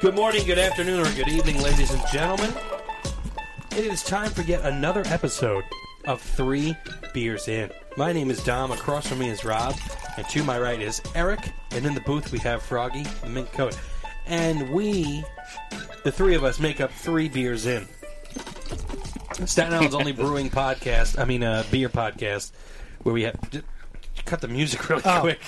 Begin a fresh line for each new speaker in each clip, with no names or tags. Good morning, good afternoon, or good evening, ladies and gentlemen. It is time for yet another episode of Three Beers In. My name is Dom, across from me is Rob, and to my right is Eric, and in the booth we have Froggy and Mink Coat. And we, the three of us, make up Three Beers In. Staten Island's only brewing podcast, I mean, uh, beer podcast, where we have. j- Cut the music really
Oh.
quick.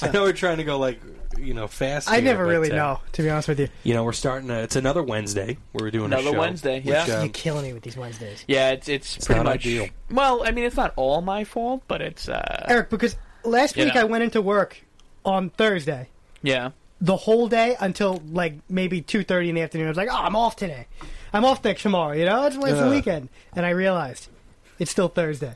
I know we're trying to go like, you know, fast.
I
here,
never
but,
really
uh,
know, to be honest with you.
you know, we're starting. A, it's another Wednesday where we're doing a
Another
show,
Wednesday, yeah.
um,
You're killing me with these Wednesdays,
Yeah, it's it's, pretty
not
much.
ideal.
Well, I mean, it's not all my fault, but it's uh,
Eric. Because last
You
week
know.
I went into work on Thursday,
yeah,
the whole day until like maybe two thirty in the afternoon. I was like, oh, I'm off today. I'm off next tomorrow. You know, it's, it's the
Ugh.
weekend, and I realized it's still Thursday.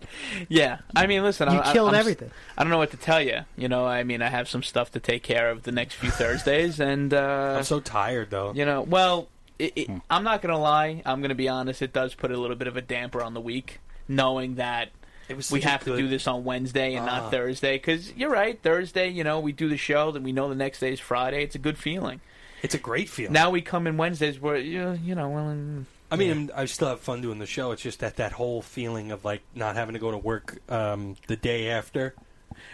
yeah. I mean, listen,
You
I, I-
killed
I'm s-
everything.
I don't know what to tell you. You know, I mean, I have some stuff to take care of the next few Thursdays, and uh,
I'm so tired though.
you know, well, it, it, I'm not gonna lie. I'm gonna be honest. It does put a little bit of a damper on the week, knowing that
It was
we
such a
have to
good-
do this on Wednesday and
Ah.
not Thursday. Because you're right, Thursday, you know, we do the show, then we know the next day is Friday. It's a good feeling.
It's a great feeling.
Now we come in Wednesdays where you know, you know, well. mm,
I mean, I still have fun doing the show. It's just that that whole feeling of like not having to go to work um, the day after.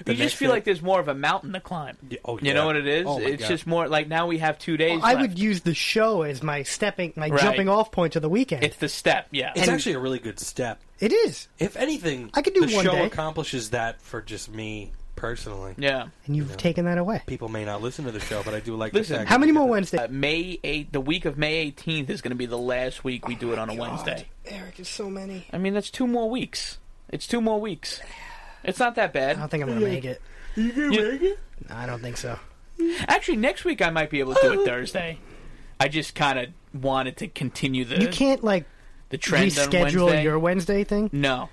the
you
next
just feel
day.
like there's more of a mountain to climb.
Yeah, oh,
You
yeah.
know what it is?
Oh, my
it's
God.
just more like now we have two days.
I
left.
would use the show as my stepping, my
Right.
jumping off point to the weekend.
It's the step, yeah.
It's
and-
actually a really good step.
it is,
If anything,
I could do
the
one
show
day.
accomplishes that for just me personally.
yeah.
and you've taken that away.
People may not listen to the show, but I do like.
Listen,
the fact
How
that
many
we
more
did it.
Wednesdays?
Uh, May eight, the week of May 18th is going to be the last week we do it on a Wednesday.
Eric, it's so many.
I mean, that's two more weeks. It's two more weeks. It's not that bad.
I don't think I'm gonna make it.
You-
I don't think so.
actually, next week I might be able to do it Thursday. I just kind of wanted to continue the
You can't like
the trend on
reschedule
Wednesday.
your Wednesday thing.
No,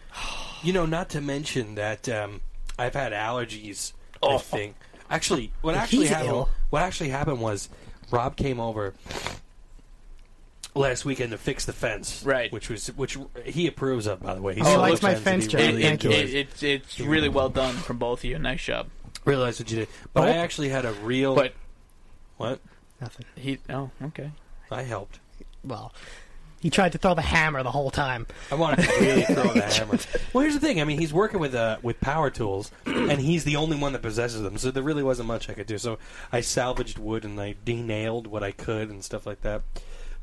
You know, not to mention that um, I've had allergies. I
Oh.
think actually, what actually
He's
happened?
ill.
What actually happened was Rob came over last weekend to fix the fence,
Right.
Which was which he approves of, by the way. He
Oh, He
still
likes
looks
my
at it
fence
and
job.
He
it,
really
it,
enjoys.
it, it's it's really well done from both of you. Nice job.
Realize what you did, but I actually had a real.
Oh. But
what
Nothing.
he, oh, okay.
I helped.
Well, he tried to throw the hammer the whole time.
I wanted to really throw the hammer. Well, here's the thing. I mean, he's working with uh, with power tools, and he's the only one that possesses them. So there really wasn't much I could do. So I salvaged wood and I denailed what I could and stuff like that.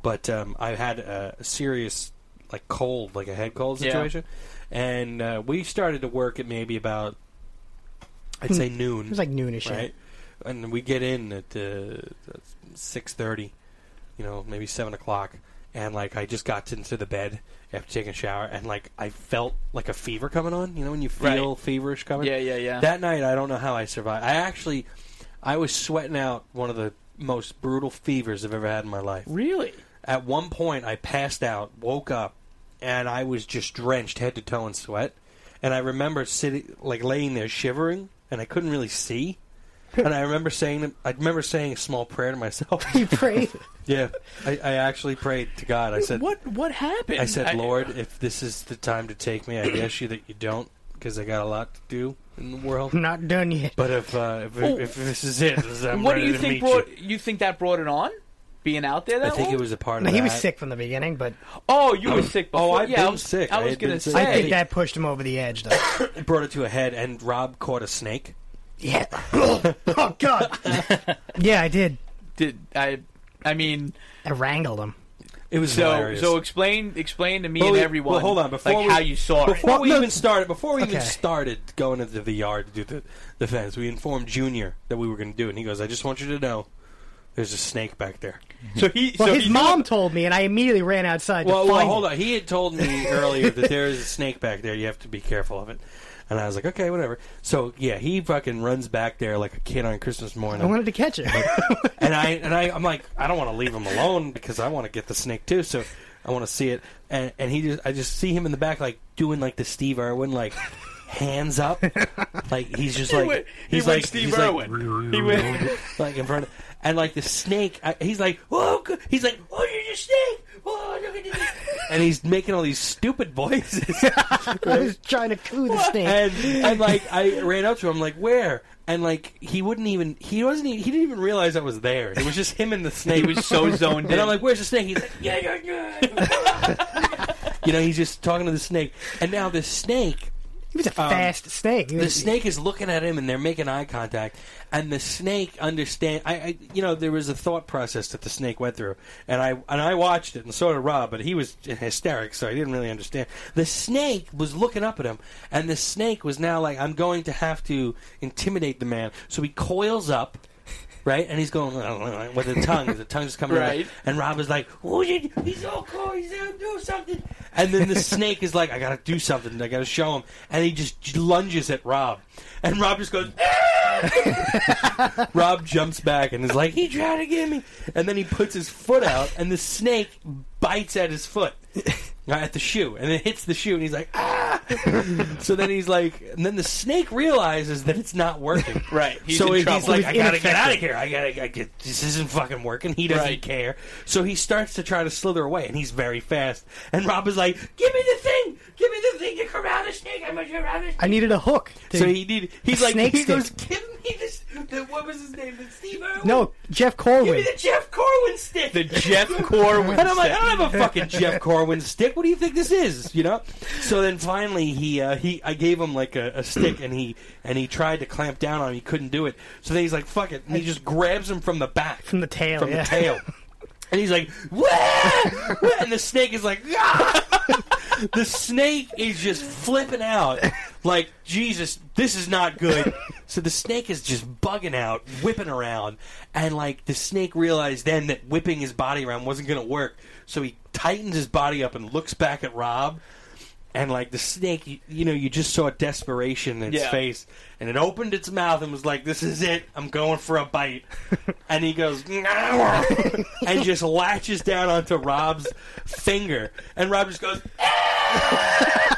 But um, I had a serious like cold, like a head cold
Yeah.
situation, and uh, we started to work at maybe about I'd say noon.
It was like noonish.
right? And we get in at uh, six thirty, you know, maybe seven o'clock, and like I just got into the bed after taking a shower, and like I felt like a fever coming on. You know, when you feel
Right.
feverish coming.
Yeah, yeah, yeah.
That night, I don't know how I survived. I actually, I was sweating out one of the most brutal fevers I've ever had in my life.
really?
At one point, I passed out, woke up, and I was just drenched head to toe in sweat. And I remember sitting, like laying there shivering, and I couldn't really see. And I remember saying, I remember saying a small prayer to myself.
He prayed.
yeah, I, I actually prayed to God. I said,
what what happened?
I said, Lord, if this is the time to take me, I guess you that you don't, because I got a lot to do in the world.
I'm not done yet.
But if uh, if,
Oh.
if this is it, I'm
what do
ready
you
to
think
meet
brought
you.
you. think that brought it on? Being out there
I
that
think
long?
it was a part
No,
of
he was
that.
sick from the beginning, but
Oh, you were sick.
Oh,
Before.
I've
yeah, I
been
was,
sick. I
I was
had
gonna
been sick.
say.
I think that pushed him over the edge, though.
It brought it to a head, and Rob caught a snake.
yeah. oh God. yeah, I did.
did I. I mean,
I wrangled him.
It was
so
hilarious.
so explain explain to me
Well,
and
we-
everyone.
well, hold on, before
like
we-
how you saw
before
Well,
we
no-
even started, before we even
Okay.
started going into the yard to do the, the fence, we informed Junior that we were going to do it, and he goes, "I just want you to know, there's a snake back there."
it. So he
Well,
so
his
he
mom told me, and I immediately ran outside
Well,
to
well,
find
hold
him.
on. He had told me earlier that there is a snake back there. You have to be careful of it. And I was like, okay, whatever. So yeah, he fucking runs back there like a kid on Christmas morning.
I wanted to catch it.
and I and I, I'm like, I don't want to leave him alone because I want to get the snake too. So I want to see it. And and he just, I just see him in the back, like doing like the Steve Irwin, like hands up, like he's just
He
like
went- he
he's
went
like
Steve
he's
Irwin.
like,
He went-
like in front. Of, and like the snake, I, he's like, oh, g-" he's like, oh, you're a snake. Oh, look at this. and he's making all these stupid voices.
I was trying to coo the snake.
and and like I ran up to him like where and like he wouldn't even he wasn't even, he didn't even realize I was there. It was just him and the snake.
He was so zoned
and
in.
I'm like, where's the snake? He's like, yeah, yeah, yeah. you know, he's just talking to the snake. And now this snake,
He was a
um,
fast snake. He
the
was-
snake is looking at him and they're making eye contact. And the snake understand. I, I you know there was a thought process that the snake went through, and I and I watched it and so did Rob, but he was hysteric, so I didn't really understand. The snake was looking up at him, and the snake was now like, I'm going to have to intimidate the man. So he coils up. Right, and he's going with the tongue. The tongue's coming out.
Right.
and Rob is like, "Oh, you- he's so cool. He's gonna do something." And then the snake is like, "I gotta do something. I gotta show him." And he just j- lunges at Rob, and Rob just goes. "Ah!" Rob jumps back and is like, "He tried to get me," and then he puts his foot out, and the snake bites at his foot. At the shoe, and it hits the shoe, and he's like, ah! so then he's like, and then the snake realizes that it's not working
Right. He's
so
in
he's
trouble.
like,
He's
I gotta get
ineffective.
out of here. I gotta, I get this isn't fucking working. He doesn't
Right.
care. So he starts to try to slither away, and he's very fast. And Rob is like, "Give me the thing! Give me the thing! You come out of the snake! I'm gonna come out of the snake!"
I needed a hook. To,
So he did. He's
The
like,
snake
he
stick.
goes, "Give me this! The, what was his name? The Steve Irwin?
no, Jeff
give me
Corwin.
the Jeff Corwin stick."
the Jeff Corwin.
And I'm like,
set.
I don't have a fucking Jeff Corwin stick. What do you think this is? You know. So then finally he uh, he I gave him like a, a stick and he and he tried to clamp down on him. He couldn't do it. So then he's like, fuck it. And he just grabs him from the back,
From the tail,
from
yeah.
the tail. And he's like, "Wah!" Wah! and the snake is like, "Ah!" the snake is just flipping out, like Jesus, this is not good. So the snake is just bugging out, whipping around, and like the snake realized then that whipping his body around wasn't going to work. So he tightens his body up and looks back at Rob, and like the snake, you, you know, you just saw desperation in its
Yeah.
face, and it opened its mouth and was like, "This is it, I'm going for a bite." and he goes, "Nah," and just latches down onto Rob's finger, and Rob just goes, "Ah!"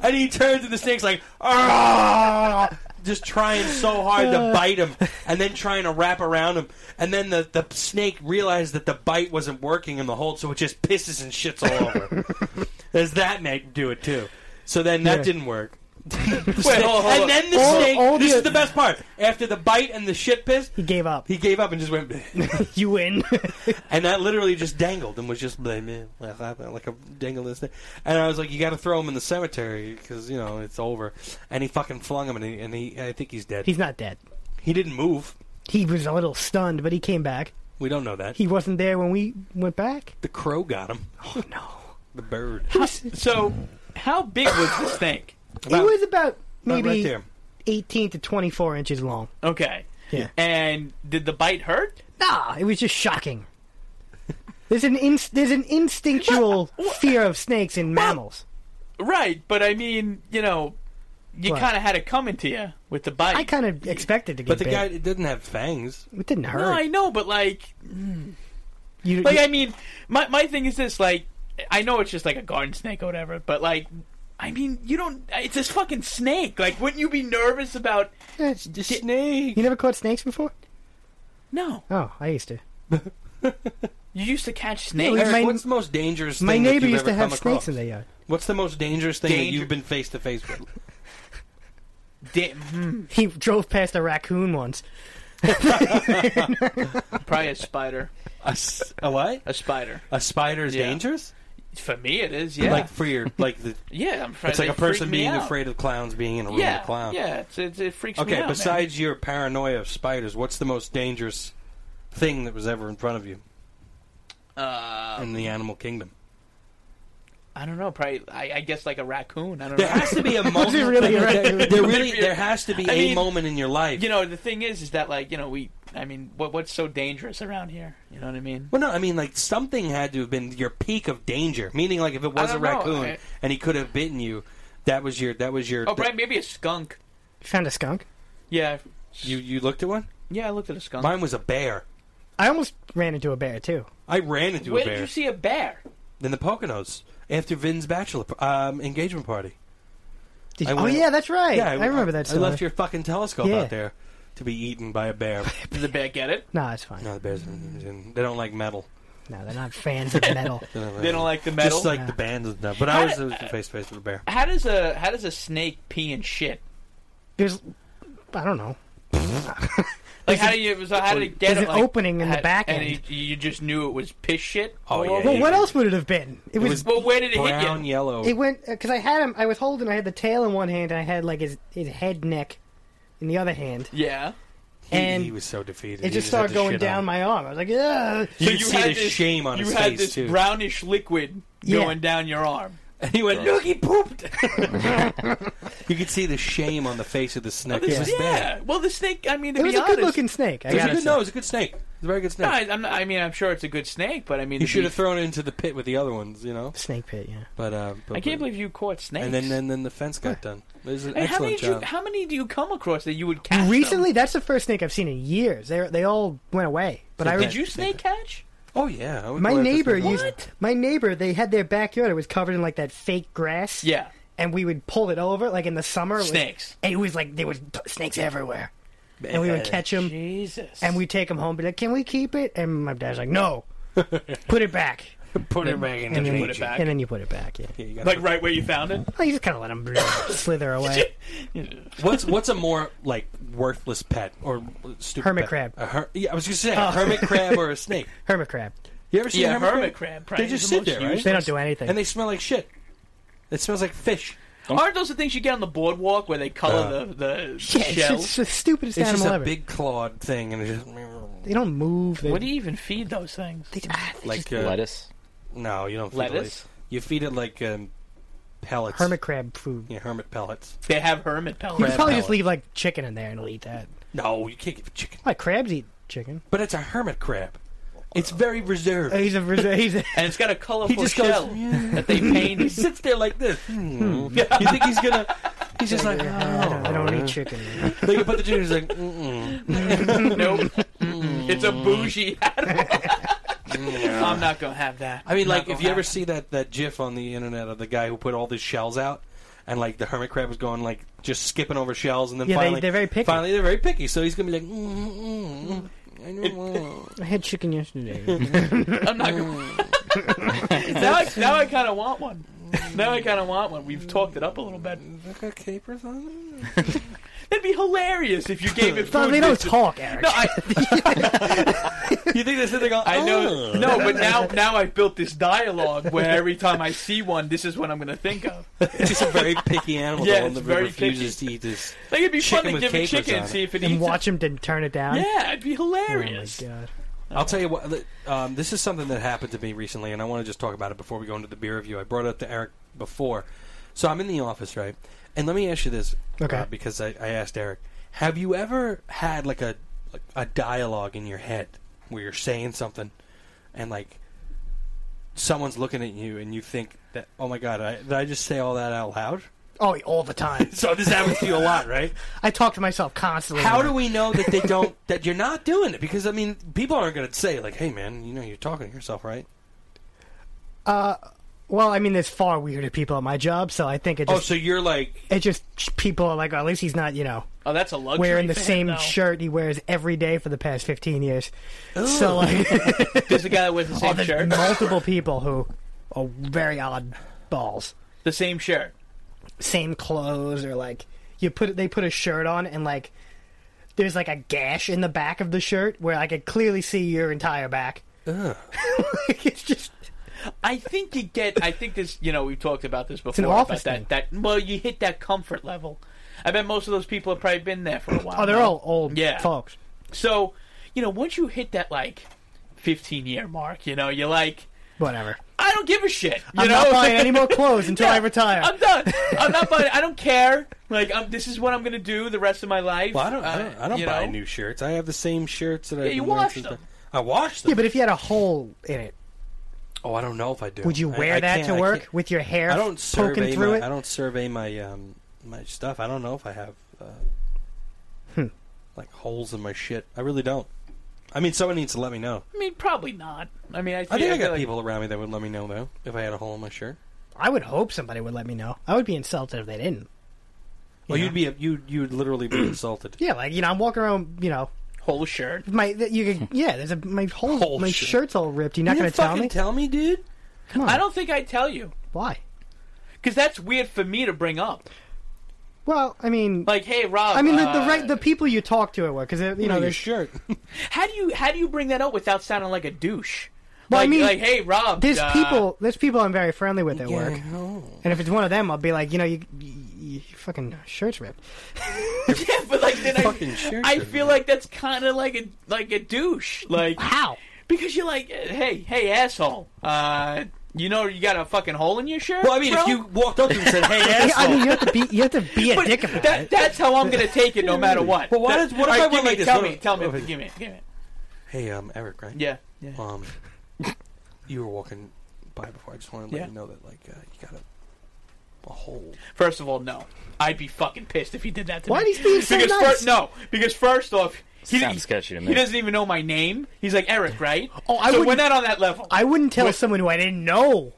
and he turns and the snake's like, "Ah!" just trying so hard
Uh.
to bite him, and then trying to wrap around him, and then the the snake realized that the bite wasn't working in the hold, so it just pisses and shits all over. Does that make do it too? So then that
Yeah.
didn't work.
hold on, hold on.
and then the
All-
snake.
all
this
the-
is the best part. After the bite and the shit piss,
He gave up.
he gave up and just went, "Bleh."
you win.
and that literally just dangled and was just bleh, meh, like a- like a dangled this thing. And I was like, you got to throw him in the cemetery because you know it's over. And he fucking flung him, and he, and he I think he's dead.
He's not dead.
he didn't move.
He was a little stunned, but he came back.
We don't know that.
He wasn't there when we went back.
the crow got him.
Oh no.
The bird.
So, how big was the snake?
he was about
about
maybe
right there.
18 to 24 inches long.
Okay.
Yeah.
And did the bite hurt?
Nah, it was just shocking. There's an in, there's an instinctual fear of snakes in mammals.
Right, but I mean, you know, you
What?
kind of had it coming to you with the bite.
I kind of expected to get
But the
bit.
guy it didn't have fangs.
it didn't hurt.
no, I know, but like,
you,
like
you-
I mean, my my thing is this: like, I know it's just like a garden snake or whatever, but like, I mean, you don't. It's this fucking snake. Like, wouldn't you be nervous about?
eh,
The snake.
you never caught snakes before?
No,
Oh, I used to.
you used to catch
Yeah,
snakes.
we-
Eric,
my-
what's the most dangerous?
My
thing that
neighbor
you've
used to
ever
have
come
snakes in
across?
their yard.
What's the most dangerous thing that
Danger-
you've been face to face with?
Da- hmm,
He drove past a raccoon once.
probably a spider.
A, s- a what?
A spider.
A spider is
Yeah.
dangerous?
For me, it is. Yeah.
Like for your like the
yeah, I'm afraid
it's like
they
a person
freak me
being
out.
afraid of clowns being in a room
Yeah,
with clowns.
yeah, it's, it's, it freaks me out.
Okay,
man.
besides your paranoia of spiders, what's the most dangerous thing that was ever in front of you
uh,
in the animal kingdom?
I don't know. Probably, I, I guess like a raccoon. I don't
There
know.
has to be a moment.
really a
there,
raccoon?
there really there has to be
I
a
mean,
moment in your life.
you know, the thing is, is that like you know we. I mean, what what's so dangerous around here? You know what I mean?
well, no, I mean, like something had to have been your peak of danger. Meaning, like if it was a
don't know,
raccoon
I-
and he could have bitten you, that was your that was your.
Oh, right, maybe a skunk.
Found a skunk.
Yeah,
you you looked at one.
yeah, I looked at a skunk.
Mine was a bear.
I almost ran into a bear too.
I ran into
Where
a bear.
did you see a bear?
Then the Poconos after Vin's bachelor um, engagement party.
Did
I
you, oh
went-
yeah, that's right. I, remember
I
that. story.
left your fucking telescope
Yeah.
out there to be eaten by a bear.
Did the bear get it?
No, it's fine.
no, the bears they don't like metal.
No, they're not fans of metal.
They don't,
They don't like the metal.
Just like
Yeah.
the bands and stuff. But
How
I was
did-
uh, face to face with a bear.
how does a how does a snake pee and shit?
There's, I don't know.
Like how do you so how did it get
There's an
it, like,
opening in the
had-
back
and
end.
you, you just knew it was piss shit.
Oh,
all
yeah,
over?
yeah.
Well, what else would it have been? It was.
Well, where did it
Brown,
hit you?
yellow.
It went because I had him. I was holding. I had the tail in one hand, and I had like his his head neck in the other hand.
Yeah.
He-
and
he, was so defeated.
It just started going down my arm. I was like, Ugh.
You could see the shame on
you
his
had
face
this
too.
brownish liquid
Yeah.
going down your arm.
and he went, "Look, he pooped." you could see the shame on the face of the snake.
Oh, This-
It was
yeah.
bad.
Well, the snake. I mean, to
It was
be
a
honest,
good looking snake. I
It was a
gotta
good,
say.
no, it was a good snake. It was a very good snake.
No, I, I'm not, I mean, I'm sure it's a good snake, but I mean,
you
to
should
be-
have thrown it into the pit with the other ones, you know.
Snake pit, yeah.
But, uh, but
I can't
but-
believe you caught snakes.
And then, then, then the fence got done. It was an
I mean, how many
excellent
do you,
job.
how many do you come across that you would catch? them?
Recently, that's the first snake I've seen in years. They they all went away. But I
did you snake catch?
oh yeah, I would
my
go after
neighbor
snake.
used my neighbor. They had their backyard. It was covered in like that fake grass.
Yeah,
and we would pull it over like in the summer. it was-
snakes.
and it was like there was t- snakes everywhere, and we would catch them
Jesus.
and we take them home. Be like, can we keep it? And my dad's like, no, put it back.
put it back in.
And then,
you
you
put it back?
and then you put it back. Yeah,
Yeah, you gotta
like right where you found it.
well, you just kind of let them slither away.
What's what's a more like worthless pet or stupid
Hermit
pet?
crab. Oh.
A her- yeah, I was gonna say a hermit crab or a snake.
Hermit crab.
You ever seen
Yeah,
a hermit,
hermit crab probably
They just
is the
sit
most
there, right?
useless-
They don't do anything.
and they smell like shit. It smells like fish.
Aren't those the things you get on the boardwalk where they color
Uh,
the the
yeah, it's,
shell?
it's the stupidest
It's
animal
just a
ever.
big clawed thing, and it just
They don't move. They,
What do you even feed those things?
They, ah, they
like
just-
uh,
Lettuce.
No, you don't feed it
Lettuce?
like- You feed it like um, pellets.
hermit crab food.
Yeah, hermit pellets.
They have hermit
You
pellets.
could probably
pellet.
just leave like chicken in there and it'll eat that.
No, you can't give a chicken.
Like crabs eat chicken.
But it's a hermit crab. It's very
Uh,
reserved.
He's a he's a,
and it's got a colorful
He just goes,
shell
"Mm,
that they
He
painted.
sits there like this. Hmm. You think he's gonna? He's just like,
I don't, I
oh.
don't eat chicken.
They can put the chicken. He's like, mm
nope, it's a bougie animal.
Ah.
I'm not gonna have that.
I mean,
I'm
like,
not
if
gonna
you
have
ever
that.
see that that GIF on the internet of the guy who put all these shells out, and like the hermit crab was going like just skipping over shells, and then
Yeah, they-
finally
they're very picky.
Finally, they're very picky. So he's gonna be like, mm-mm, I don't want.
I had chicken yesterday.
I'm not gonna. Mm. now, I, now I kind of want one. Now I kind of want one. We've talked it up a little bit.
Is that got capers on it?
It'd be hilarious if you gave it food.
they don't
just-
talk, Eric.
No, I,
You think they sit there going?
I know.
"Oh."
No, but now now I've built this dialogue where every time I see one, this is what I'm going to think of.
It's just a very picky animal.
Yeah,
the one
it's
that
very
refuses to eat this.
Like it'd be
Chicken
fun to
with
give a
capers
chicken
on
and see if it
and
eats.
watch him to turn it down.
it. Yeah, it'd be
Oh my
hilarious.
god.
I'll tell you what. th- Um, this is something that happened to me recently, and I want to just talk about it before we go into the beer review. I brought it up to Eric before, so I'm in the office, right? And let me ask you this,
Okay.
uh, because I, I asked Eric, have you ever had like a like a dialogue in your head where you're saying something, and like someone's looking at you, and you think that, oh my god, I, did I just say all that out loud?
Oh, all the time.
So this happens to you a lot, right?
I talk to myself constantly.
Mm-hmm.
How do we know that they don't that you're not doing it? Because I mean, people aren't going to say like, "Hey, man, you know you're talking to yourself, right?"
Well, I mean, there's far weirder people at my job, so I think it
Oh,
just
so you're like,
it just people are like, oh, at least he's not, you know,
Oh, that's a luxury.
wearing the
for him,
same
though.
shirt he wears every day for the past 15 years. So like,
There's a guy that wears the same
there's
shirt.
multiple people who are very odd balls.
The same shirt.
same clothes or like you put they put a shirt on and like there's like a gash in the back of the shirt where I could clearly see your entire back. like it's just
I think you get. I think this. You know, we've talked about this before.
an office
about that. That well, you hit that comfort level. I bet most of those people have probably been there for a while.
oh they're
now.
all old
Yeah.
folks.
So, you know, once you hit that like 15 year mark, you know, you're like,
Whatever.
I don't give a shit. You
I'm
know,
not buying any more clothes until I
Yeah,
retire.
I'm done. I'm not buying. I don't care. Like, I'm, this is what I'm gonna do the rest of my life.
well, I don't, I
Uh,
don't, I don't
you
buy
know?
new shirts. I have the same shirts that I.
you wash them.
I wash them.
yeah, but if you had a hole in it,
oh, I don't know if I do.
would you
I-
wear
I
that
can't-
to
I
work
can't-
with your hair
I don't
poking
survey
through
my.
it?
I don't survey my um my stuff. I don't know if I have uh,
Hmm.
like holes in my shit. I really don't. I mean, someone needs to let me know.
I mean, probably not. I mean, I,
I think I
feel
got
like-
people around me that would let me know though if I had a hole in my shirt.
I would hope somebody would let me know. I would be insulted if they didn't.
Well,
Yeah.
you'd be you you would literally be insulted.
Yeah, like you know, I'm walking around, you know,
Whole shirt.
my you could, yeah, there's a my whole,
Whole
my
shirt.
shirt's all ripped. You're not
you
gonna tell
fucking
me?
tell me, dude.
Come on,
I don't think I'd tell you
why.
because that's weird for me to bring up.
Well, I mean,
Like, hey, Rob.
I mean the,
uh,
the right the people you talk to at work because you know
your
there's
shirt.
How do you how do you bring that up without sounding like a douche?
Well, I
like,
mean,
like, hey, Rob.
there's
uh,
people there's people I'm very friendly with at
Yeah,
work,
no.
and if it's one of them, I'll be like, you know, you, you, you your fucking shirt's ripped.
Yeah, but like then
Fucking
I,
shirt
I
doesn't
feel like that's kind of like a like a douche. Like
How?
because you're like, hey, hey, asshole. Uh, you know you got a fucking hole in your shirt.
Well, I mean,
bro?
if you walked up to him and said, "Hey,
Yeah, I
asshole,"
mean, you have to be you have to be a
But
dick about
that,
it.
that's how I'm gonna take it, no matter what.
Well, why
That-
does- what if
All
I went
right, give me,
like this?
Tell
What
me,
if-
tell me,
what if-
give me, give me.
hey, um, Eric, right?
Yeah, yeah.
Um, you were walking by before. I just wanted to let
Yeah.
you know that, like, uh, you got a, a hole.
First of all, no. I'd be fucking pissed if he did that to
Why
me.
are these being so
because
nice?
First, no, because first off, he,
Sounds sketchy to me.
he doesn't even know my name. He's like Eric, right?
Oh, I
so we're
wouldn't-
not on that level.
I wouldn't tell someone who I didn't know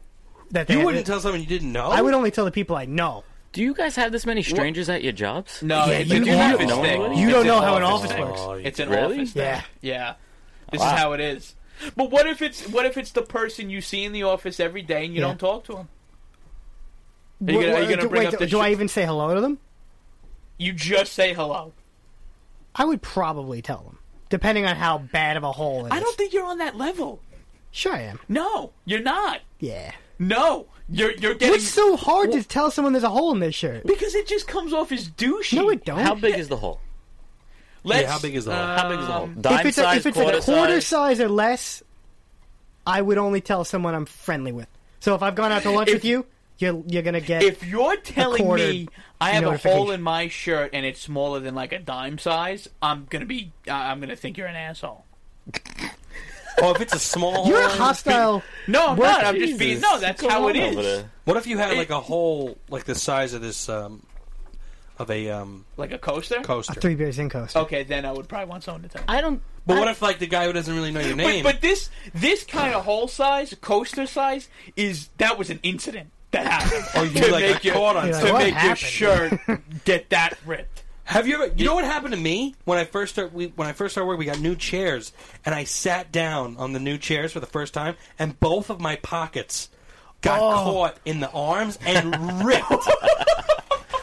that they
You
had-
wouldn't tell someone you didn't know.
I would only tell the people I know.
Do you guys have this many strangers at your jobs?
no,
Yeah,
it's
you
an
don't-
office
you
thing.
don't-
you
It's
don't know how an office
thing.
works.
Oh, you-
It's an
Really?
office.
Yeah.
Thing. Yeah. This
Wow.
is how it is. But what if it's what if it's the person you see in the office every day and you
Yeah.
don't talk to him? Are you gonna, are you
Wait,
gonna bring
wait,
up
do,
the
do I
shit?
even say hello to them?
You just say hello.
I would probably tell them, depending on how bad of a hole it is.
I don't think you're on that level.
Sure, I am.
No, you're not.
Yeah.
No, you're you're getting
It's so hard to tell someone there's a hole in their shirt.
because it just comes off as douchey.
No, it don't.
How big is the hole?
Let's,
Yeah, how big is the hole?
How big is the hole?
um,
Dime
if it's a,
size,
if it's
quarter,
a quarter
size.
size or less, I would only tell someone I'm friendly with. So if I've gone out to lunch
If-
with you, you're you're gonna get
If you're telling
quarter
me I have a
notification.
hole in my shirt and it's smaller than like a dime size, I'm gonna be I I'm gonna think you're an asshole.
oh, if it's a small.
you're a
hole,
hostile.
No, I'm
Work-
not. I'm just being
Jesus,
no. That's
what's
how it
going on over
is.
there?
What if you had like a hole like the size of this um, of a um
Like a coaster.
coaster?
Three beers in coast.
okay, then I would probably want someone to tell. Me.
I don't.
But what if like the guy who doesn't really know your
But,
name?
but this this kind of hole size, coaster size, is that was an incident that happened.
Oh, you,
to
like,
make
got
your,
caught on
to
something.
make
What
your
happened?
shirt get that ripped.
Have you ever? You know what happened to me when I first start? We, when I first started work, we got new chairs, and I sat down on the new chairs for the first time, and both of my pockets got caught in the arms and ripped.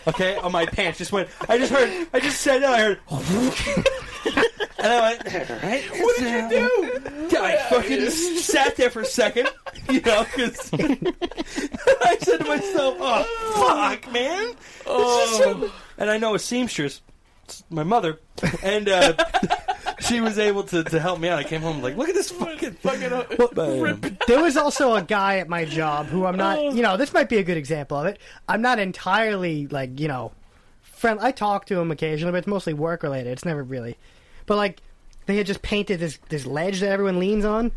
okay, on my pants just went. I just heard. I just sat down. I heard. and I went. "All right, what did you do? I fucking sat there for a second, you know, because I said to myself, "Oh fuck, man." Oh. And I know a seamstress, my mother, and uh, she was able to, to help me out. I came home like, look at this fucking fucking.
uh,
But,
There was also a guy at my job who I'm
Oh.
not, you know, this might be a good example of it. I'm not entirely like, you know, friend. I talk to him occasionally, but it's mostly work related. It's never really. But like, they had just painted this this ledge that everyone leans on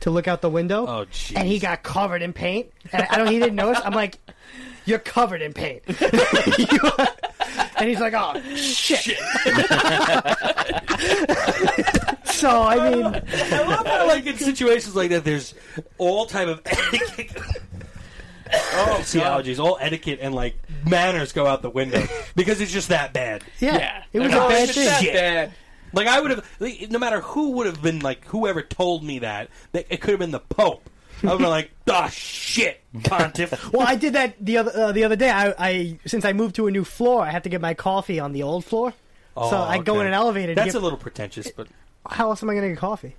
to look out the window.
Oh, jeez.
And he got covered in paint, and I don't. He didn't notice. I'm like, you're covered in paint. You are- and he's like, oh shit. so I mean,
I love how like in situations like that, there's all type of etiquette. Oh, see allergies, all etiquette and like manners go out the window because it's just that bad.
yeah,
Yeah,
it was
No,
a bad
it's just that
thing.
bad.
Like I would have, like, no matter who would have been like whoever told me that, that it could have been the Pope. I would have been like, ah, shit, Pontiff.
Well, I did that the other uh, the other day. I, I since I moved to a new floor, I have to get my coffee on the old floor. so I go in an elevator. To
Oh, That's
get,
a little pretentious, but
how else am I going to get coffee?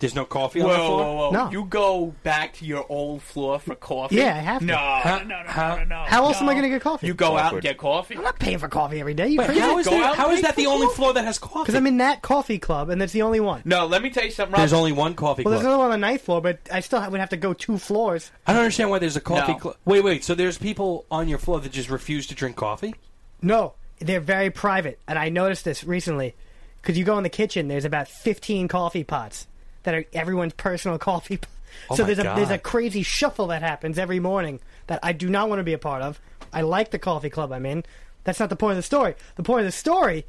there's no coffee
Whoa,
on the floor.
whoa, whoa!
No.
You go back to your old floor for coffee?
Yeah, I have to.
No,
Huh?
no, no, no,
Huh?
no, no.
How else am I
no.
going to get coffee?
You go out and
Awkward.
get coffee.
I'm not paying for coffee every day. You
Wait, how
crazy?
is,
Go
there,
out
how
and
is that the
make
only
coffee?
floor that has coffee?
Because I'm in that coffee club, and that's the only one.
No, let me tell you something, Rob.
there's only one coffee
Well,
club.
there's another one on the ninth floor, but I still ha- would have to go two floors.
I don't understand why there's a coffee
No.
club. Wait, wait. So there's people on your floor that just refuse to drink coffee?
No, they're very private, and I noticed this recently. Because you go in the kitchen, there's about 15 coffee pots that are everyone's personal coffee. pot.
Oh
so
my
there's a there's a
God.
crazy shuffle that happens every morning that I do not want to be a part of. I like the coffee club I'm in. That's not the point of the story. The point of the story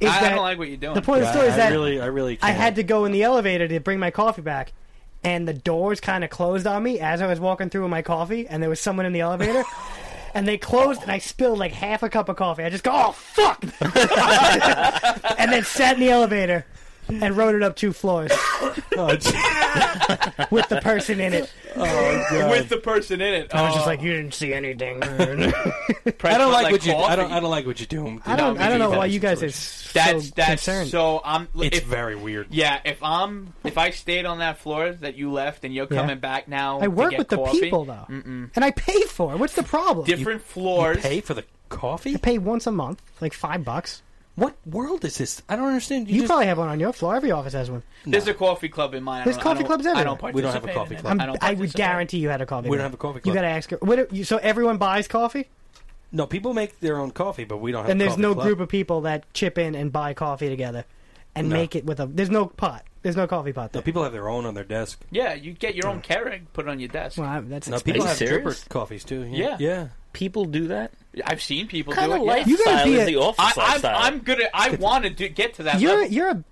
is
I, I
that
don't like what you're doing.
the point of the story is
I
that
really, I really.
I
Can't.
had to go in the elevator to bring my coffee back, and the doors kind of closed on me as I was walking through with my coffee, and there was someone in the elevator. and they closed, and I spilled like half a cup of coffee. I just go, oh fuck, and then sat in the elevator and rode it up two floors
Oh, gee.
with the person in it.
Oh, God.
with the person in it. uh,
I was just like, you didn't see anything. I
I don't like, what you. I don't. I don't like what you do.
don't. I don't know why you guys are
It's,
so
That's that's
concerned.
so. I'm.
it's
if,
very weird.
yeah, if I'm if I stayed on that floor that you left and you're
Yeah.
coming back now,
I work
to get
with the
coffee,
people though, and I pay for it. What's the problem?
Different floors.
Pay for the coffee?
I pay once a month, like five bucks.
What world is this? I don't understand.
You,
just-
probably have one on your floor. Every office has one.
There's a coffee club in mine. I
There's
don't-
coffee
I don't-
clubs
I
everywhere.
don't participate.
We don't have a coffee
in it.
club.
I
I'm,
don't
I would
participate.
guarantee you had a coffee.
We
club.
don't have a coffee
You
club.
gotta ask her. What, you, so everyone buys coffee,
no, people make their own coffee, but we don't have.
and
a
there's
coffee
no
club.
group of people that chip in and buy coffee together, and
No.
make it with a. There's no pot. There's no coffee pot.
No,
There.
people have their own on their desk.
Yeah, you get your own Keurig, put it on your desk.
well, I, that's
No,
expensive.
people
you
have dripper
serious?
coffees too.
Yeah.
yeah.
People do that.
I've seen people
Kind
do
of
it. yeah.
You gotta
lifestyle
be
is
a-
the
I,
office
I'm,
lifestyle.
I'm good at. I want to do, get to that
You're
level.
you're a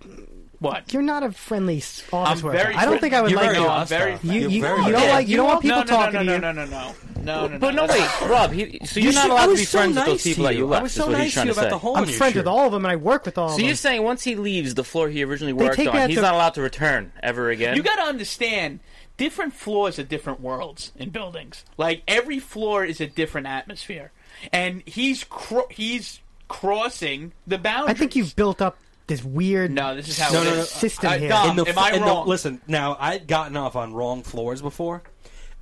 What?
you're not a friendly s- office
I'm
worker.
very
I don't think I would
You're
like
very
no,
you.
I'm
hostile.
very-
You-
You're
you-
very
you don't
hostile.
like- you don't want people
no, no,
talking
no,
to
no,
you.
No, no, no, no, no, no.
But no,
that's-
wait, Rob. He, so
You
you're
should-
not
I
allowed to
was
be
so
friends with
nice
those
to
people that
you.
you
I
left.
was
Is
so
what
nice
he's trying
to you
to
about
say.
the whole-
I'm
you
friends with
sure.
all of them, and I work with all of
So you're
them.
saying once he leaves the floor he originally worked
take that
on, he's
to-
not allowed to return ever again.
You got to understand, different floors are different worlds in buildings. Like every floor is a different atmosphere, and he's cro- he's crossing the boundary.
I think you've built up this weird
No, this is how
No,
it
no, no.
is.
system
Uh,
here.
Dom,
In the
am
f-
I
in the-
wrong?
listen, now I'd gotten off on wrong floors before,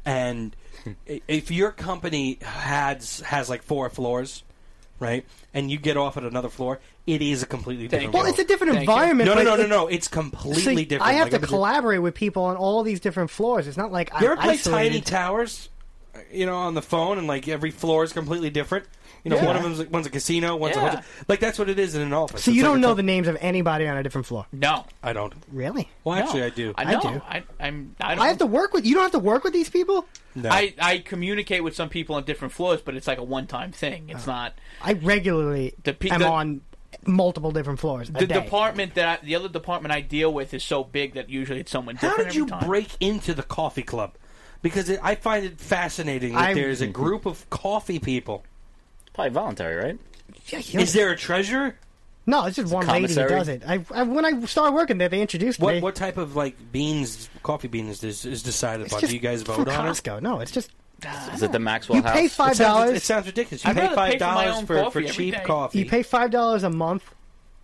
and i- if your company has has like four floors, right, and you get off at another floor, it is a completely
Thank
different.
you.
Well, it's a different
Thank you.
environment.
no, no,
but
no, no,
it-
no. It's completely
See,
different.
I have
Like,
to
I'm-
collaborate with people on all these different floors. It's not like
You
I'm
ever play
isolated.
Tiny Towers? uh, You know, on the phone, and like every floor is completely different. You know, one of them's one's a casino, one's a
Yeah.
hotel. Like that's what it is in an office.
so
It's
you
like
don't
a
know
fuck-
the names of anybody on a different floor.
no,
I don't.
Really?
Well, actually,
no.
I do.
I,
I
no,
do.
I, I'm. I don't.
I have to work with you. Don't have to work with these people.
No.
I, I communicate with some people on different floors, but it's like a one time thing.
Uh-huh.
It's not
I regularly
The pe-
am
the-
on multiple different floors. A
the
day.
department that I, the other department I deal with is so big that usually it's someone
How
different
did
every
you
time.
break into the coffee club? Because it, I find it fascinating that
I-
there's a group of coffee people.
Probably voluntary, right?
Yeah, you
Is there a treasure?
no, it's just one lady who
commissary?
does it. I, I, when I started working there, they introduced me.
What what type of like beans, coffee beans, is, is decided
it's
by?
just
Do you guys
for
vote on it?
Costco. No, it's just
Is it the Maxwell
you
House?
pay
It
five
sounds, it
dollars.
sounds ridiculous. You
I'd
pay
rather pay
five
for my
dollars
own
for, for
coffee every
cheap
day.
coffee.
You pay five dollars a month.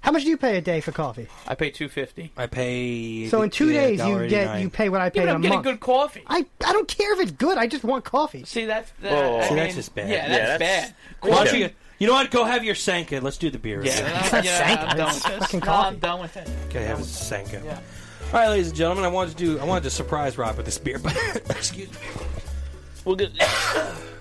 How much do you pay a day for coffee?
I pay two fifty.
I pay.
So in two
yeah,
days, you get
$1.89.
you pay what I
Yeah,
paid
but
in
I'm
a
getting
month.
good coffee.
I, I don't care if it's good. I just want coffee.
See that's that,
Oh.
I
See,
that's
mean,
just bad.
Yeah,
Yeah,
that's,
that's-
bad.
Why don't
Yeah.
you, you know what? Go have your Sanka. Let's do the beer.
Yeah,
review.
yeah,
not
yeah,
sank,
I'm done
it's
with this.
fucking
No, I'm
coffee.
done with it.
Okay, have a Sanka.
Yeah.
All right, ladies and gentlemen, I wanted to do. I wanted to surprise Rob with this beer, but excuse me.
We'll get,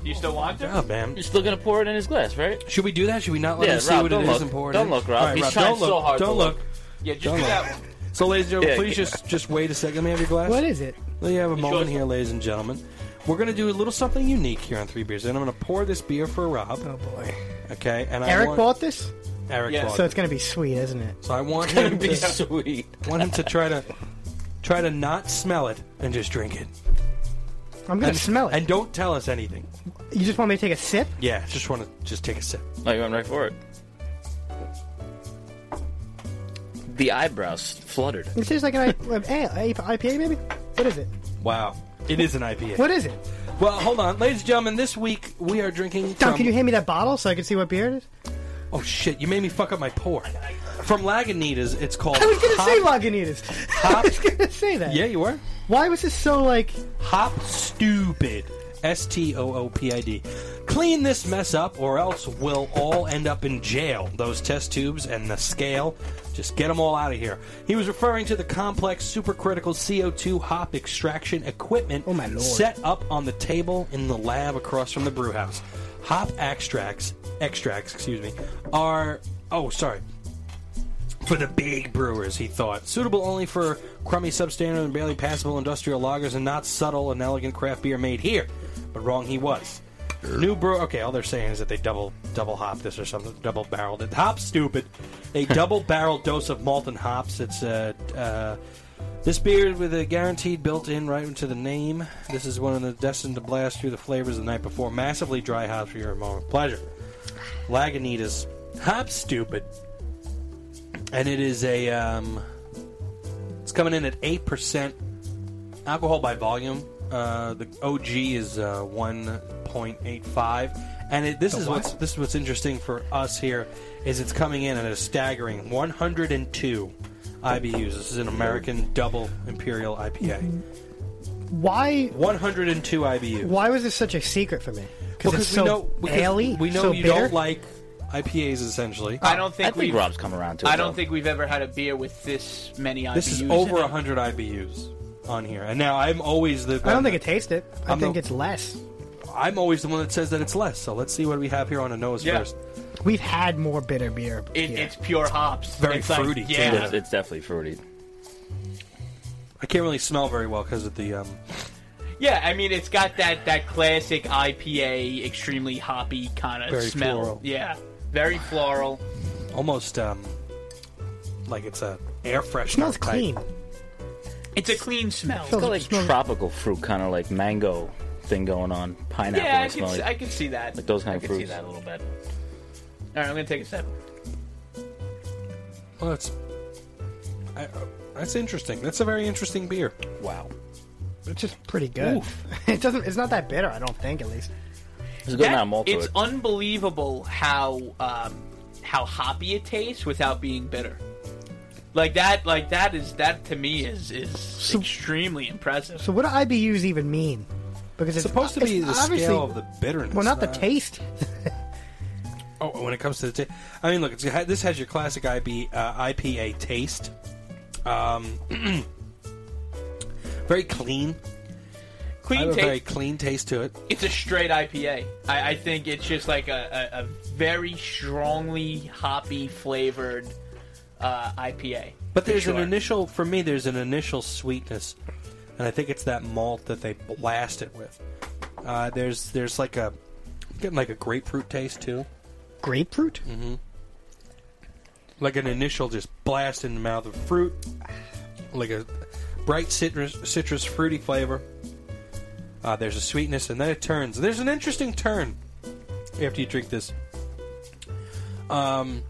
You still want to?
Oh man,
you're still gonna pour it in his glass, right?
Should we do that? Should we not let
Yeah,
him see
Rob,
what it
don't
is
look.
and pour it
Don't
in?
look, Rob.
All right,
He's
Rob,
trying
don't look.
so hard
Don't
to
look.
look.
Yeah, just
Don't
do
look.
that one.
So, ladies and gentlemen,
Yeah,
please
yeah.
just just wait a second. Let me have your glass.
What is it?
Let me have a moment
yours.
here, ladies and gentlemen. We're gonna do a little something unique here on Three Beers, and I'm gonna pour this beer for Rob.
Oh boy.
Okay, and I
Eric
want,
bought this,
Eric
Yeah.
bought.
so
it.
it's gonna be sweet, isn't it?
So I want him
Be
to
sweet.
want him to try to try to not smell it and just drink it.
I'm gonna smell it.
And don't tell us anything.
you just want me to take a sip?
Yeah, just want to just take a sip.
No, you went right for it. The eyebrows fluttered.
It tastes like an I- an ale, IPA, maybe. What is it?
Wow, it is an IPA.
What is it?
Well, hold on, ladies and gentlemen. This week we are drinking.
Don,
from-
can you hand me that bottle so I can see what beer it is?
Oh shit! You made me fuck up my pour. From Lagunitas, it's called.
I was gonna
Hop-
say Lagunitas.
Hop-
I was gonna say that.
Yeah, you were.
Why was this so like?
Hop stupid. S T O O P I D. Clean this mess up, or else we'll all end up in jail. Those test tubes and the scale. Just get them all out of here. He was referring to the complex supercritical CO2 hop extraction equipment
Oh, my lord.
set up on the table in the lab across from the brew house. Hop extracts, extracts, excuse me, are. Oh, sorry for the big brewers, he thought. Suitable only for crummy substandard and barely passable industrial lagers and not subtle and elegant craft beer made here. But wrong he was. New brew. Okay, all they're saying is that they double double hop this or something. Double barreled it. Hop stupid. A double barrel dose of malt and hops. It's a. Uh, This beer with a guaranteed built-in right into the name. This is one of the destined to blast through the flavors the night before. Massively dry hops for your moment of pleasure. Lagunitas, hop stupid, and it is a. Um, it's coming in at eight percent alcohol by volume. Uh, the OG is uh, one point eight five, and it, this is
what?
what's this is what's interesting for us here is it's coming in at a staggering one hundred and two IBUs. This is an American double imperial IPA.
Mm-hmm. Why?
One hundred and two IBUs.
Why was this such a secret for me? Because it's so
because
ale-y,
we know
so
you
bitter?
don't like IPAs essentially.
I don't
I
think,
think
we've.
Rob's come around to it.
I don't
though.
think we've ever had a beer with this many IBUs.
This is
in
over
it.
hundred IBUs on here, and now I'm always the.
I don't think it tastes it. I
I'm
think
the-
it's less.
I'm always the one that says that it's less. So let's see what we have here on a nose
Yeah.
first.
We've had more bitter beer.
It,
here.
It's pure hops.
very
It's like-
fruity, too.
yeah.
It's, it's definitely fruity.
I can't really smell very well because of the. Um,
Yeah, I mean, it's got that that classic IPA, extremely hoppy kind of
Very
smell.
floral.
Yeah, very floral.
almost um, like it's a air freshener.
smells
type.
clean.
It's a clean smell.
It's got like
Smells-
tropical fruit, kind of like mango thing going on, pineapple.
Yeah, I
like
can,
smelling-
see, I can see that.
Like those kind
I
of
can see
fruits.
that a little bit. All right, I'm gonna take a sip.
Well, that's. I, uh, that's interesting. That's a very interesting beer.
wow,
It's just pretty good. it doesn't. It's not that bitter. I don't think, at least.
there's a good
That-
amount of malt to
it's
it.
unbelievable how um, how hoppy it tastes without being bitter. Like that, like that is that to me is is extremely impressive.
So, what do IBUs even mean? Because it's
supposed to be
it's
the
obviously-
scale of the bitterness.
Well, not the taste.
Oh, when it comes to the taste, I mean, look, it's, this has your classic IB, uh, IPA taste. Um, very clean. I have
Clean
a very
taste.
clean taste to it.
It's a straight IPA. I, I think it's just like a, a, a very strongly hoppy flavored uh, IPA.
But
for
there's an
sure.
initial, for me, there's an initial sweetness, and I think it's that malt that they blast it with. Uh, there's there's like a I'm getting like a grapefruit taste too,
Grapefruit.
Mm-hmm. like an initial just blast in the mouth of fruit, like a bright citrus citrus fruity flavor. Uh, there's a sweetness, and then it turns. There's an interesting turn after you drink this. Um,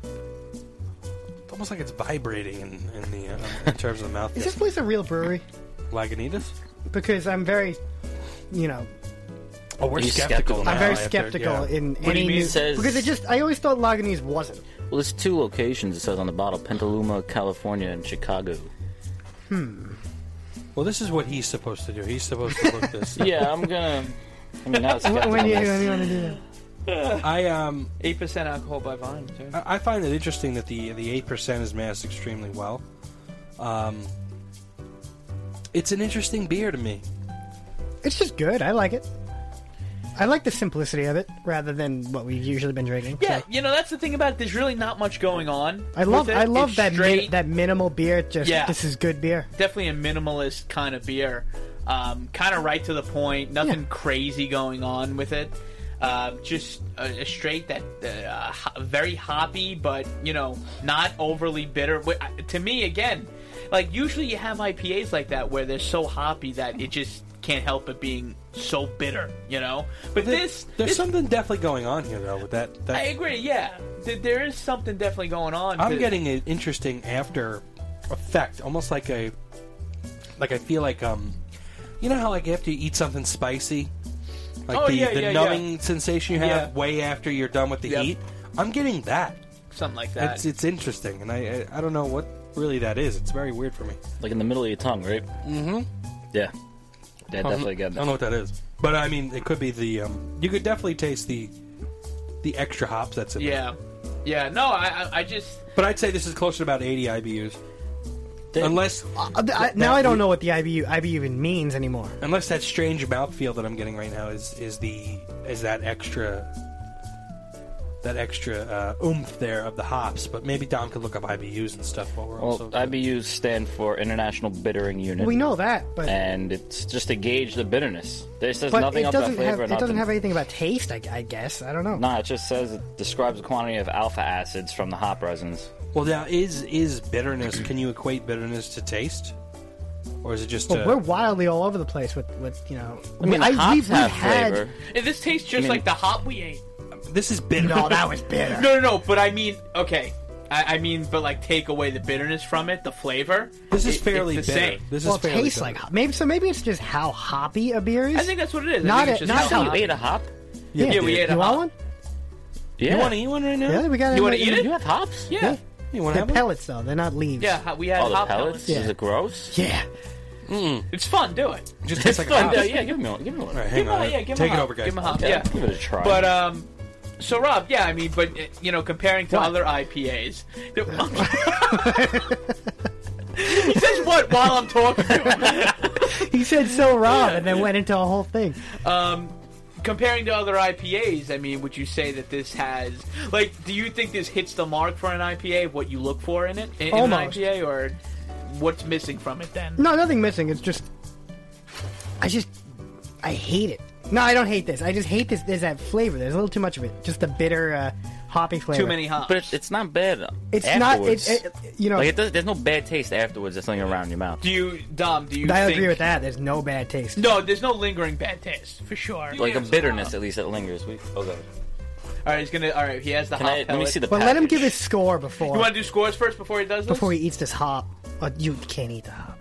it's almost like it's vibrating in, in the uh, in terms of the mouth.
Is this place a real brewery?
Lagunitas.
Because I'm very, you know,
Oh, we're
He's
skeptical.
skeptical
now
I'm very
after-
skeptical
yeah.
in
do
any
you mean?
new-
Says-
because it just I always thought Laganese wasn't.
Well, there's two locations. It says on the bottle: Petaluma, California, and Chicago.
Well, this is what he's supposed to do. He's supposed to look this.
Yeah, I'm gonna. I mean, now it's
When, when you,
skeptical.
when you want to do that?
I um
eight percent alcohol by volume. Too.
I I find it interesting that the the eight percent is masked extremely well. Um, it's an interesting beer to me.
It's just good. I like it. I like the simplicity of it rather than what we've usually been drinking.
Yeah,
so.
you know that's the thing about it. There's really not much going on.
I love
with it.
I love
It's
that min,
straight,
that minimal beer. Just
Yeah.
this is good beer.
definitely a minimalist kind of beer, um, kind of right to the point. Nothing
Yeah.
crazy going on with it. Um, just a, a straight that uh, ho- very hoppy, but you know not overly bitter. But, uh, to me, again, like usually you have IPAs like that where they're so hoppy that it just can't help but being so bitter. You know, but
There-
this
there's
this
something definitely going on here though with that. that
I agree. Yeah, Th- there is something definitely going on.
I'm
to-
getting an interesting after effect, almost like a like I feel like um you know how like after you eat something spicy, like
Oh,
the,
yeah,
the
yeah,
numbing sensation you have
Yeah.
way after you're done with the
Yep.
heat. I'm getting that.
something like that.
It's it's interesting, and I I, I don't know what really that is. It's very weird for me.
like in the middle of your tongue, right? Mm-hmm. Yeah, yeah,
Uh-huh.
definitely
I
got
don't
that.
know what that is, but I mean it could be the um you could definitely taste the the extra hops that's in there.
yeah, yeah. No, I, I, I just
But I'd say this is closer to about 80 IBUs, unless
Uh, th- I- now I don't know what the IBU IBU even means anymore.
unless that strange mouthfeel that I'm getting right now is is the is that extra that extra uh, oomph there of the hops. But maybe Dom could look up IBUs and stuff while we're
Well,
also
IBUs stand for International Bittering Unit.
We know that, but
and it's just to gauge the bitterness. This says
but
nothing
it
about
doesn't
flavor.
have it
nothing.
doesn't have anything about taste. I, I guess I don't know.
Nah, it just says it describes the quantity of alpha acids from the hop resins.
Well, now is is bitterness? Can you equate bitterness to taste? or is it just?
Well,
uh,
we're wildly all over the place with, with you know.
I mean, the hops have flavor.
And this tastes just
mean-
like the hop we ate.
this is bitter.
No, that was bitter.
No, no, no. But I mean, okay. I, I mean, but like, take away the bitterness from it, the flavor.
this is
It-
fairly
it's the
bitter.
same.
This
well,
is
it
fairly
tastes
bitter.
like hop. Maybe so. Maybe it's just how hoppy a beer is.
I think that's what it is. I
Not
think
it-
it's
not
just
I
how-
thought you ate a hop.
Yeah,
yeah, we
dude.
ate a
you want
hop.
one?
Yeah.
You want to eat one right now?
Yeah, we got.
You wanna
to
eat it?
You have hops?
Yeah.
Yeah.
yeah,
You want to
They're
have one?
pellets though. They're not leaves.
ho- we had
Oh, the
hop
pellets?
Yeah.
Is it gross?
Yeah.
It's fun. Do it.
Just tastes like a
Fun,
hop.
uh, yeah, give me one. Give me
All
one.
right, hang
Give
on.
him a- yeah, give him
Take
a
it
hop.
over, guys.
Give him a hop.
Okay,
Yeah.
Give it a try.
But um, so Rob, yeah, I mean, but uh, you know, comparing to
What?
other IPAs, there- he says what while I'm talking. to him.
He said so, Rob, and then went into a whole thing.
Comparing to other IPAs, I mean, would you say that this has like? Do you think this hits the mark for an IPA? What you look for in it in, in an
Almost.
IPA, or what's missing from it then?
No, nothing missing. It's just, I just, I hate it. No, I don't hate this. I just hate this. There's that flavor. There's a little too much of it. Just the bitter, uh, hoppy flavor.
Too many hops.
But it's, it's not bad.
It's
afterwards.
not. It, it, you know,
like it does, there's no bad taste afterwards. That's something around your mouth.
do you, Dom? Do you?
I
think-
agree with that. There's no bad taste.
No, there's no lingering bad taste for sure.
like a bitterness, at least that lingers. We, okay.
All right, he's gonna. All right, he has the
Can
hop.
I, let me
pellet.
see the.
But let him
package.
give his score
You
before
want to do scores first before he does this?
before he eats this hop. Oh, you can't eat the hop.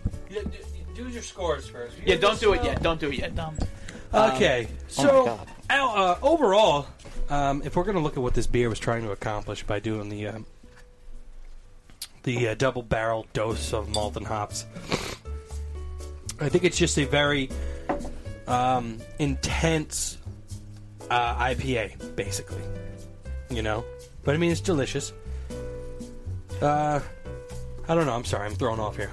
Do your scores first.
Yeah, don't do it yet. Don't do it yet, Dom.
Okay, so
God.
Al, uh, overall, um, if we're going to look at what this beer was trying to accomplish by doing the um, the uh, double barrel dose of malt and hops, I think it's just a very um, intense uh, IPA, basically. You know, but I mean, it's delicious. Uh, I don't know. I'm sorry. I'm thrown off here.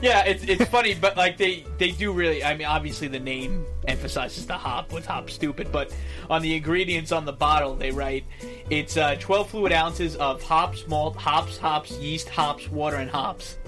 Yeah, it's it's funny, but like they they do really. I mean, obviously the name emphasizes the hop with hop stupid, but on the ingredients on the bottle they write it's uh, 12 fluid ounces of hops, malt, hops, hops, yeast, hops, water, and hops.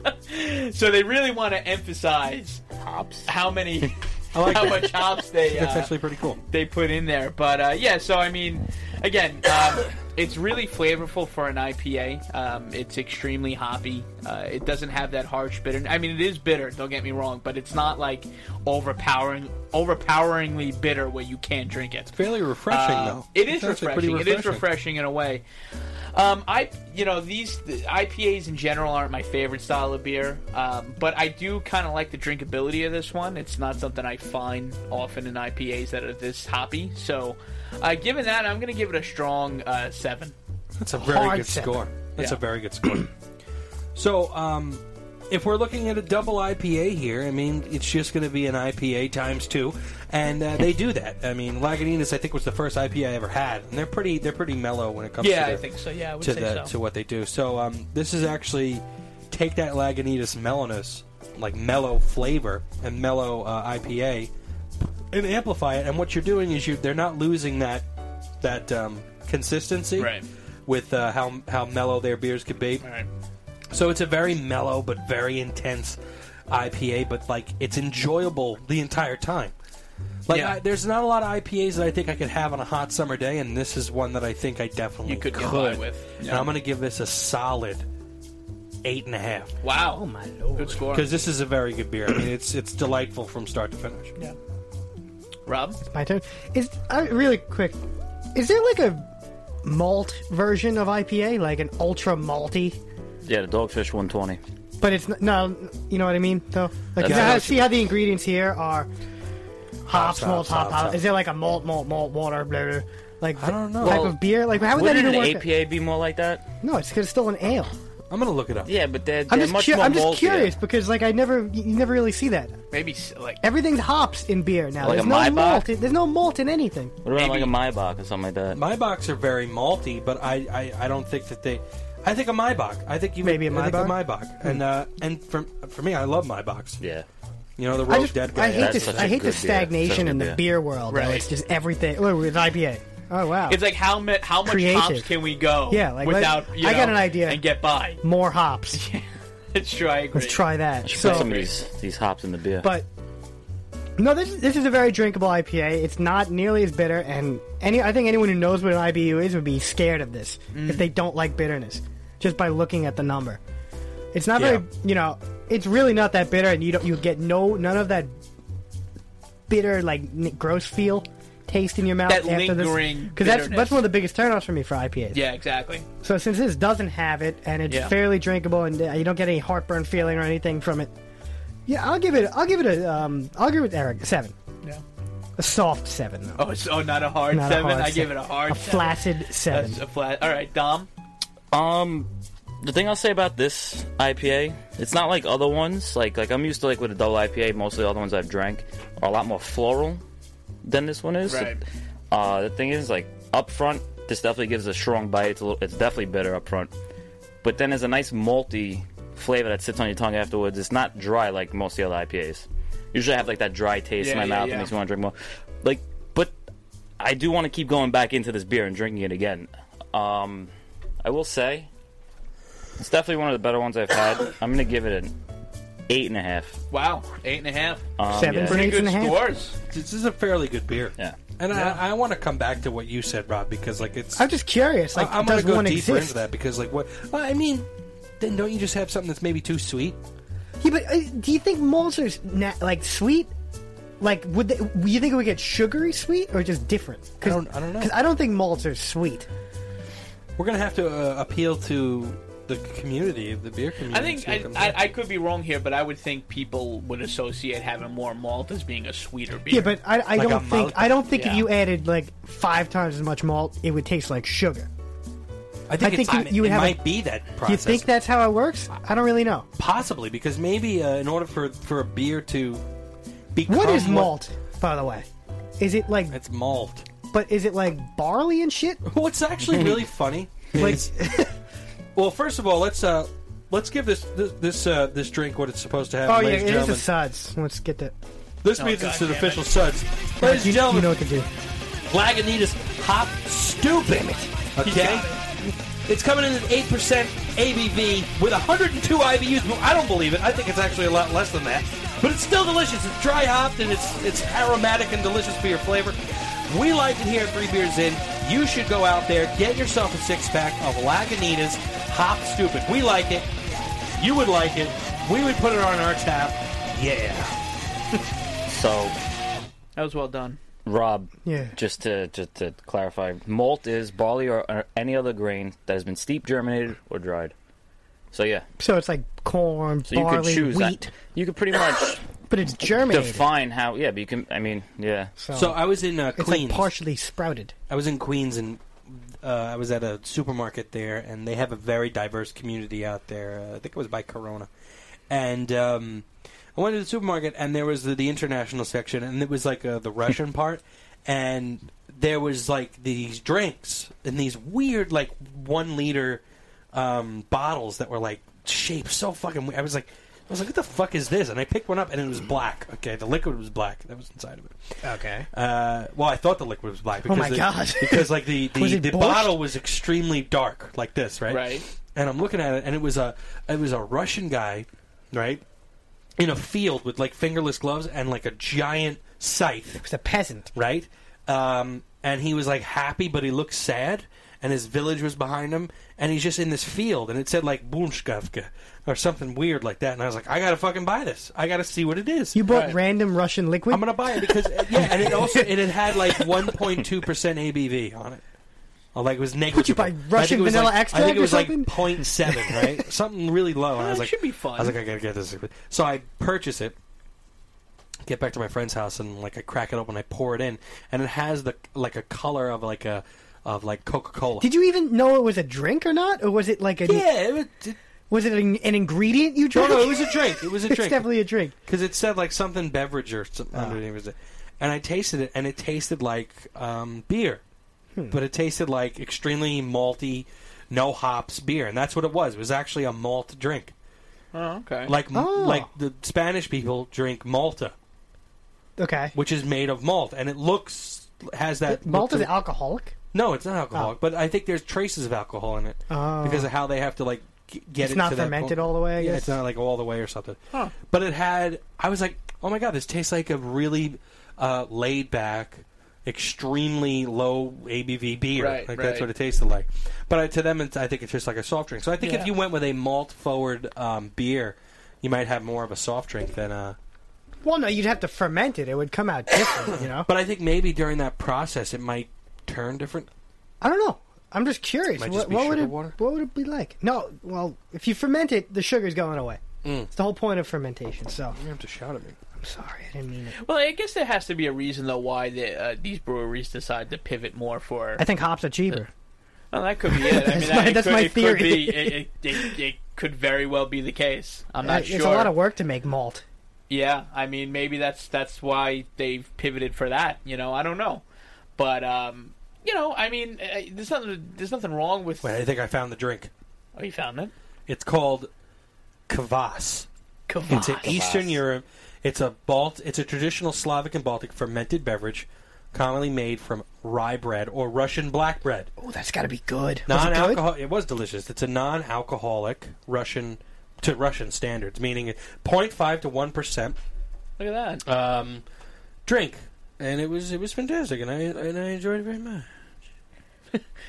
so they really want to emphasize
hops.
how many,
I like
how
that.
much hops they.
That's
uh,
actually pretty cool.
they put in there. But uh, yeah, so I mean, again, um, it's really flavorful for an IPA. Um, it's extremely hoppy. Uh, it doesn't have that harsh bitter. I mean, it is bitter. Don't get me wrong, but it's not like overpowering, overpoweringly bitter where you can't drink it.
Fairly refreshing,
Uh,
though.
It
It's
is
actually
refreshing.
pretty
It is refreshing in a way. Um, I, you know, these the IPAs in general aren't my favorite style of beer, um, but I do kind of like the drinkability of this one. It's not something I find often in IPAs that are this hoppy. So, uh, given that, I'm going to give it a strong uh, seven.
That's a very
Hard
good
seven.
score. That's
Yeah.
a very good score. so, um, if we're looking at a double IPA here, I mean, it's just going to be an IPA times two, and uh, they do that. I mean, Lagunitas, I think, was the first IPA I ever had, and they're pretty they're pretty mellow when it comes to
Yeah,
their-
I think so. Yeah, I would
to
say
the, to
so.
what they do. So, um, this is actually take that Lagunitas mellowness, like mellow flavor and mellow uh, IPA, and amplify it. And what you're doing is you they're not losing that that um, consistency
Right.
with uh, how how mellow their beers could be.
All right.
So it's a very mellow but very intense IPA, but like it's enjoyable the entire time. Like
Yeah.
I, there's not a lot of IPAs that I think I could have on a hot summer day, and this is one that I think I definitely
You could get by with.
And I'm going to give this a solid eight and a half
Wow.
Oh my lord.
Good score.
because this is a very good beer. I mean, it's it's delightful from start to finish.
Yeah. Rob.
My turn. Is uh, really quick. Is there like a malt version of IPA, like an ultra malty?
Yeah, the dogfish 120.
But it's n- no, you know what I mean, though. Like,
That's
is that-
how it
see how the ingredients here are hops,
Hops,
malt,
hops,
hop,
hops,
hop.
hops.
Is there like a malt, malt, malt, water, blah, blah, blah, like
I don't know.
type
Well,
of beer? Like, how would that
Wouldn't
even
an
work?
APA be more like that?
No, it's 'cause it's still an ale.
I'm going to look it up.
Yeah, but they're,
I'm
they're
just,
much
cu-
more
I'm just
maltier.
curious because like I never, you you never really see that.
Maybe s- like
Everything's hops in beer now.
Like
there's
a
no
Maibach?
malt. In, there's no malt in anything.
What about
Maybe.
like a Maybach or something like that?
My box are very malty, but I, I, I don't think that they. I think a Maybach. I think you
Maybe a
would, I think
Maybach? Hmm.
Maybach. and uh, and for for me, I love Maybachs.
yeah.
You know the
I
rogue
just,
dead guy.
I hate
That's
this.
such
I
a
hate
good
the
beer.
stagnation
Such a
in
good
the
beer.
beer world. though.
Right.
It's just everything. Look, it's IPA. Oh wow.
it's like how ma- how much
Creative.
hops can we go?
Yeah, like, let-
without. you
I got
know,
an idea.
And get by.
more hops.
It's true. I agree.
Let's try that.
Should
So,
put some of these, these hops in the beer.
but no, this this is a very drinkable IPA. It's not nearly as bitter, and any I think anyone who knows what an IBU is would be scared of
Mm.
this if they don't like bitterness just by looking at the number. It's not
Yeah.
very, you know, it's really not that bitter, and you don't you get no none of that bitter like n- gross feel taste in your mouth.
That
after
lingering
because that's
bitterness.
that's one of the biggest turnoffs for me for IPAs.
Yeah, exactly.
So since this doesn't have it and it's
Yeah.
fairly drinkable and uh, you don't get any heartburn feeling or anything from it, yeah, I'll give it. I'll give it a. Um, I'll give it Eric seven.
Yeah.
A soft seven though.
Oh, it's, oh, not a hard
Not a
seven.
hard
I give
seven.
it a hard.
a
seven.
flaccid seven.
That's a flat. All right, Dom.
Um, the thing I'll say about this IPA, it's not like other ones. Like like I'm used to like with a double IPA, most of the other ones I've drank are a lot more floral than this one is.
Right.
Uh, the thing is like up front, this definitely gives a strong bite. It's a little, it's definitely bitter up front, but then there's a nice malty flavor that sits on your tongue afterwards. It's not dry like most of the other IPAs. Usually I have like that dry taste in
Yeah,
my
yeah,
mouth
yeah.
that makes me want to drink more. Like, but I do want to keep going back into this beer and drinking it again. Um, I will say it's definitely one of the better ones I've had. I'm gonna give it an eight and a half.
Wow, eight and a half.
Um,
Seven
yeah.
for me. Eight
Good
and a half.
scores.
This is a fairly good beer.
Yeah.
And I, I want to come back to what you said, Rob, because like it's
I'm just curious. Like,
I- I'm gonna
does
go
one
deeper
exist?
into that because like what well, I mean, then don't you just have something that's maybe too sweet?
Yeah, but uh, do you think malts are na- like sweet? Like, would they, you think it would get sugary sweet or just different? 'Cause-
I don't- I don't know.
'cause I don't think malts are sweet.
We're gonna have to uh, appeal to the community, the beer community.
I think I, I, I could be wrong here, but I would think people would associate having more malt as being a sweeter beer.
Yeah, but I, I
Like a
don't
malt?
think I don't think
Yeah.
if you added like five times as much malt, it would taste like sugar.
I think,
I think
it's-
you- you would
it
have a-
might be that
Do you
process.
think that's how it works? I don't really know.
possibly because maybe uh, in order for for a beer to become
What is malt, by the way? Is it like?
It's malt.
But is it like barley and shit?
What's actually really funny
Like-
is, well, first of all, let's uh, let's give this this this, uh, this drink what it's supposed to have.
Oh yeah,
ladies
it
and
is a
gentlemen.
suds. Let's get that.
This
Oh,
means
God
it's an
damn
official
it.
suds. Ladies
You,
and
you
gentlemen,
know what to do.
Lagunitas Hop Stupid. Okay? It's coming in at 8% ABV with 102 IBUs. Well, I don't believe it. I think it's actually a lot less than that. But it's still delicious. It's dry hopped and it's it's aromatic and delicious beer flavor. We like it here at Three Beers In. You should go out there, get yourself a six pack of Lagunitas Hop Stupid. We like it. You would like it. We would put it on our tap. Yeah.
So,
that was well done.
Rob,
Yeah.
just to just to clarify, malt is barley or, or any other grain that has been steep germinated or dried. So yeah,
So it's like corn,
so you
barley,
could choose. that-
wheat,
you could pretty much
but it's germinated.
define how. Yeah, but you can. I mean, yeah.
So I was in uh,
it's
Queens.
like partially sprouted.
I was in Queens and uh, I was at a supermarket there, and they have a very diverse community out there. Uh, I think it was by Corona, and um, I went to the supermarket, and there was the, the international section, and it was like uh, the Russian part, and there was like these drinks and these weird like one liter um, bottles that were like shaped so fucking. Weird. I was like. I was like, "What the fuck is this?" And I picked one up, and it was black. Okay, the liquid was black. That was inside of it.
Okay. Oh
Uh, well, I thought the liquid was black. Because
my
the-
God.
because like the
Was
the,
it
the
Busch?
bottle was extremely dark, like this, right?
Right.
And I'm looking at it, and it was a it was a Russian guy, right, in a field with like fingerless gloves and like a giant scythe,
It's a peasant.
right? Um, and he was like happy, but he looked sad. And his village was behind him, and he's just in this field, and it said like Bunshkavka or something weird like that. And I was like, I gotta fucking buy this. I gotta see what it is.
You bought
Right.
random Russian liquid.
I'm gonna buy it because uh, yeah, and it also it had had like 1.2 percent ABV on it. Or, Like it was negligible.
Would you buy
I think
Russian
it was,
vanilla
like, I think
extract
it
or
was like
something?
0.7, right? something really low. And I was
That
like,
should be fun.
I was like, I gotta get this. So I purchase it, get back to my friend's house, and like I crack it open, I pour it in, and it has the like a color of like a of like Coca Cola.
Did you even know it was a drink or not, or was it like a
Yeah, it was. It,
was it an, an ingredient you
no,
drank?
no, it was a drink. It was a
It's
drink.
definitely a drink.
because it said like something beverage or something
Ah.
underneath it, and I tasted it, and it tasted like um, beer,
Hmm.
but it tasted like extremely malty, no hops beer, and that's what it was. It was actually a malt drink,
Oh, okay.
like
Oh.
like the Spanish people drink Malta,
Okay,
which is made of malt, and it looks has that
malt is
look to-
alcoholic.
no, it's not alcoholic, but I think there's traces of alcohol in it
Oh.
because of how they have to like g- get
It's
it
not
to that
fermented
point.
all the way, I
Yeah,
guess.
it's uh, not like all the way or something.
Huh.
But it had. I was like, oh my god, this tastes like a really uh, laid back, extremely low ABV beer.
Right,
like
right.
that's what it tasted like. But I, to them, it's, I think it's just like a soft drink. So I think
Yeah.
if you went with a malt forward um, beer. you might have more of a soft drink than uh, a.
Well, no, you'd have to ferment it. It would come out different, you know?
But I think maybe during that process it might turn different.
I don't know. I'm just curious.
Might
What,
just be
what would
sugar
it?
water?
What would it be like? No. Well, if you ferment it, the sugar's going away. It's the whole point of fermentation. So
You have to shout at me.
I'm sorry, I didn't mean it.
Well, I guess there has to be a reason though why the, uh, these breweries decide to pivot more for.
I think hops are cheaper.
Well, that could be it. I
That's
mean,
my-
it
that's
could,
my
it could
theory.
be- it, it, it, it could very well be the case. I'm not
Uh,
sure.
It's a lot of work to make malt.
Yeah, I mean, maybe that's that's why they've pivoted for that. You know, I don't know, but um, you know, I mean, uh, there's nothing there's nothing wrong with.
Wait, I think I found the drink.
Oh, you found it.
It's called kvass. It's an Eastern Europe. It's a Balt. It's a traditional Slavic and Baltic fermented beverage, commonly made from rye bread or Russian black bread.
Oh, that's got to be good. Was it good?
Non-alcohol. It, was delicious. It's a non-alcoholic Russian to Russian standards, meaning 0.5 to one percent
Look at that.
um, drink, and it was it was fantastic, and I and I enjoyed it very much.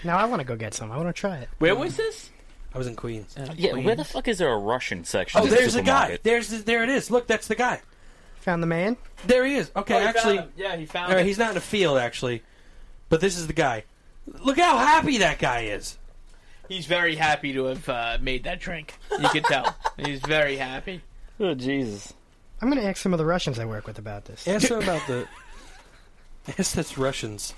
Now I want to go get some. I want to try it.
Where was this?
I was in Queens.
Yeah, where the fuck is there a Russian section?
Oh,
at the
there's the guy.
supermarket?
There's the, there it is. Look, that's the guy.
Found the man.
There he is. Okay,
Oh, he
actually,
found him. yeah, he found
all right,
it.
he's not in a field actually, but this is the guy. Look how happy that guy is.
He's very happy to have uh, made that drink. You could tell he's very happy.
Oh, Jesus.
I'm going to ask some of the Russians I work with about this.
Ask him about the. Ask that's Russians.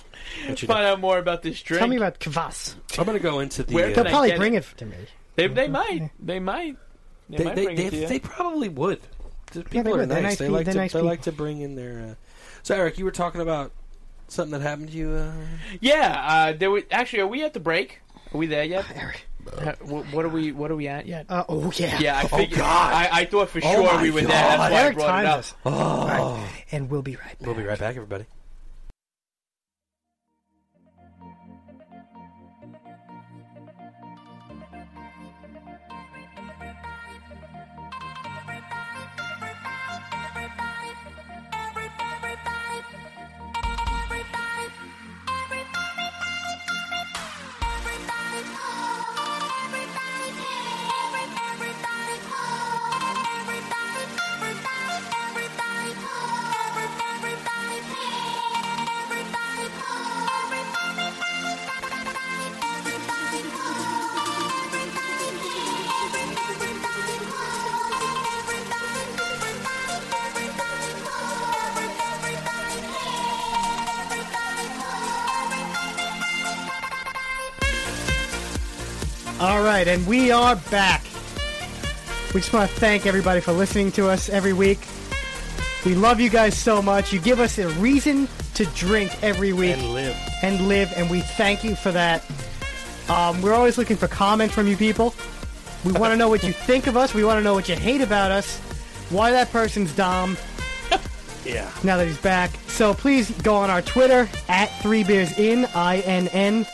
What you do.
Find out more about this drink.
Tell me about kvass.
I'm gonna go into the.
Where
uh,
can
They'll
I
probably
get
bring it. to me.
They, they might. They might. They,
they
might
they,
bring
they,
it to you.
they probably would. The people
they
are
would. They're
nice.
nice
They
peo-
like
they're
to
nice
they like
people.
to bring in their. Uh... So Eric, you were talking about something that happened to you. Uh...
Yeah. Uh, there were, actually, are we at the break? Are we there yet?
Eric.
Uh, wh- what are we? What are we at yet?
Uh, oh yeah.
Yeah, I figured.
God.
I, I thought for
Oh,
sure
my
we were there. That's
God.
why I
Eric
brought it
timed
up.
us.
Oh,
Right. And we'll be right back.
we'll be right back, everybody.
All right, and we are back. We just want to thank everybody for listening to us every week. We love you guys so much. You give us a reason to drink every week
And live.
and live, and we thank you for that. Um, we're always looking for comment from you people. We want to know what you think of us. We want to know what you hate about us. Why that person's dumb.
Yeah.
now that he's back. So please go on our Twitter at Three Beers In I N N.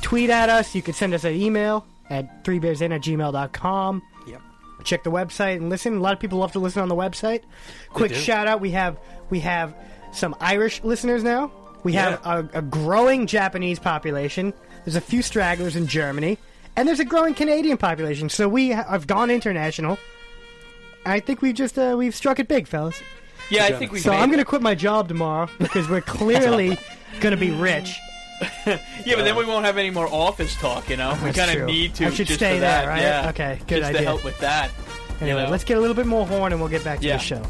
Tweet at us. You can send us an email at threebeersin at gmail.com.
Yep.
Check the website and listen. A lot of people love to listen on the website. Quick
do.
shout out: we have we have some Irish listeners now. We have
Yeah.
a, a growing Japanese population. There's a few stragglers in Germany, and there's a growing Canadian population. So we ha- have gone international. I think we've just uh, we've struck it big, fellas.
Yeah, I think we.
So
made
I'm
it.
gonna quit my job tomorrow because we're clearly gonna be rich.
Yeah, but then we won't have any more office talk. You know, we
Oh, That's
kind
true.
of need to.
I should
just
stay
for that.
there, right?
Yeah.
Okay, good
just
idea.
to help with that. you
Anyway,
know?
let's get a little bit more horn and we'll get back to
Yeah.
the show.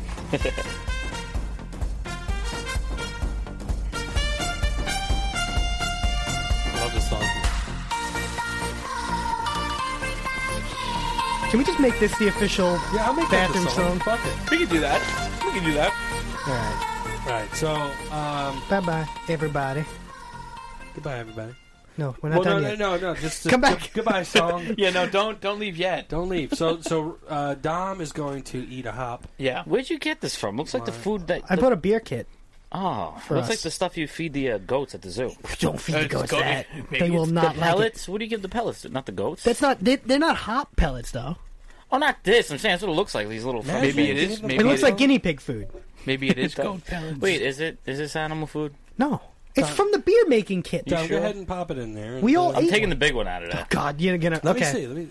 I love this song.
Can we just make this the official
Yeah, I'll make that the
bathroom
song.
song?
Fuck it.
We can do that. We can do that.
All right.
Right. So, um,
Bye bye, everybody.
goodbye, everybody.
No, we're not
Well, no,
done
no, no,
yet.
no. Just
Come
just-
back.
Goodbye, song.
Yeah, no, don't don't leave yet.
Don't leave. So, so uh, Dom is going to eat a hop.
Yeah.
Where'd you get this from? Looks like the food that.
I bought a beer kit.
oh,
for
looks
us.
like the stuff you feed the uh, goats at the zoo.
Don't feed
Uh,
the
it's
goats
goat-
that.
maybe
They will
it's
not like
the
it.
pellets? What do you give the pellets? Not the goats.
That's not. They, they're not hot pellets though.
oh, not this. I'm saying that's what it looks like. These little. fucking
Maybe it
things.
is. Maybe
It looks
it-
like guinea pig food.
Maybe it is goat pellets.
Wait, is it? Is this animal food?
No, it's from the beer making kit.
Dom,
sure?
go ahead and pop it in there.
We all
Uh,
I'm
Eat
taking
one.
the big one out of
Oh
that.
God, you're gonna.
Let
okay.
me see. Let me.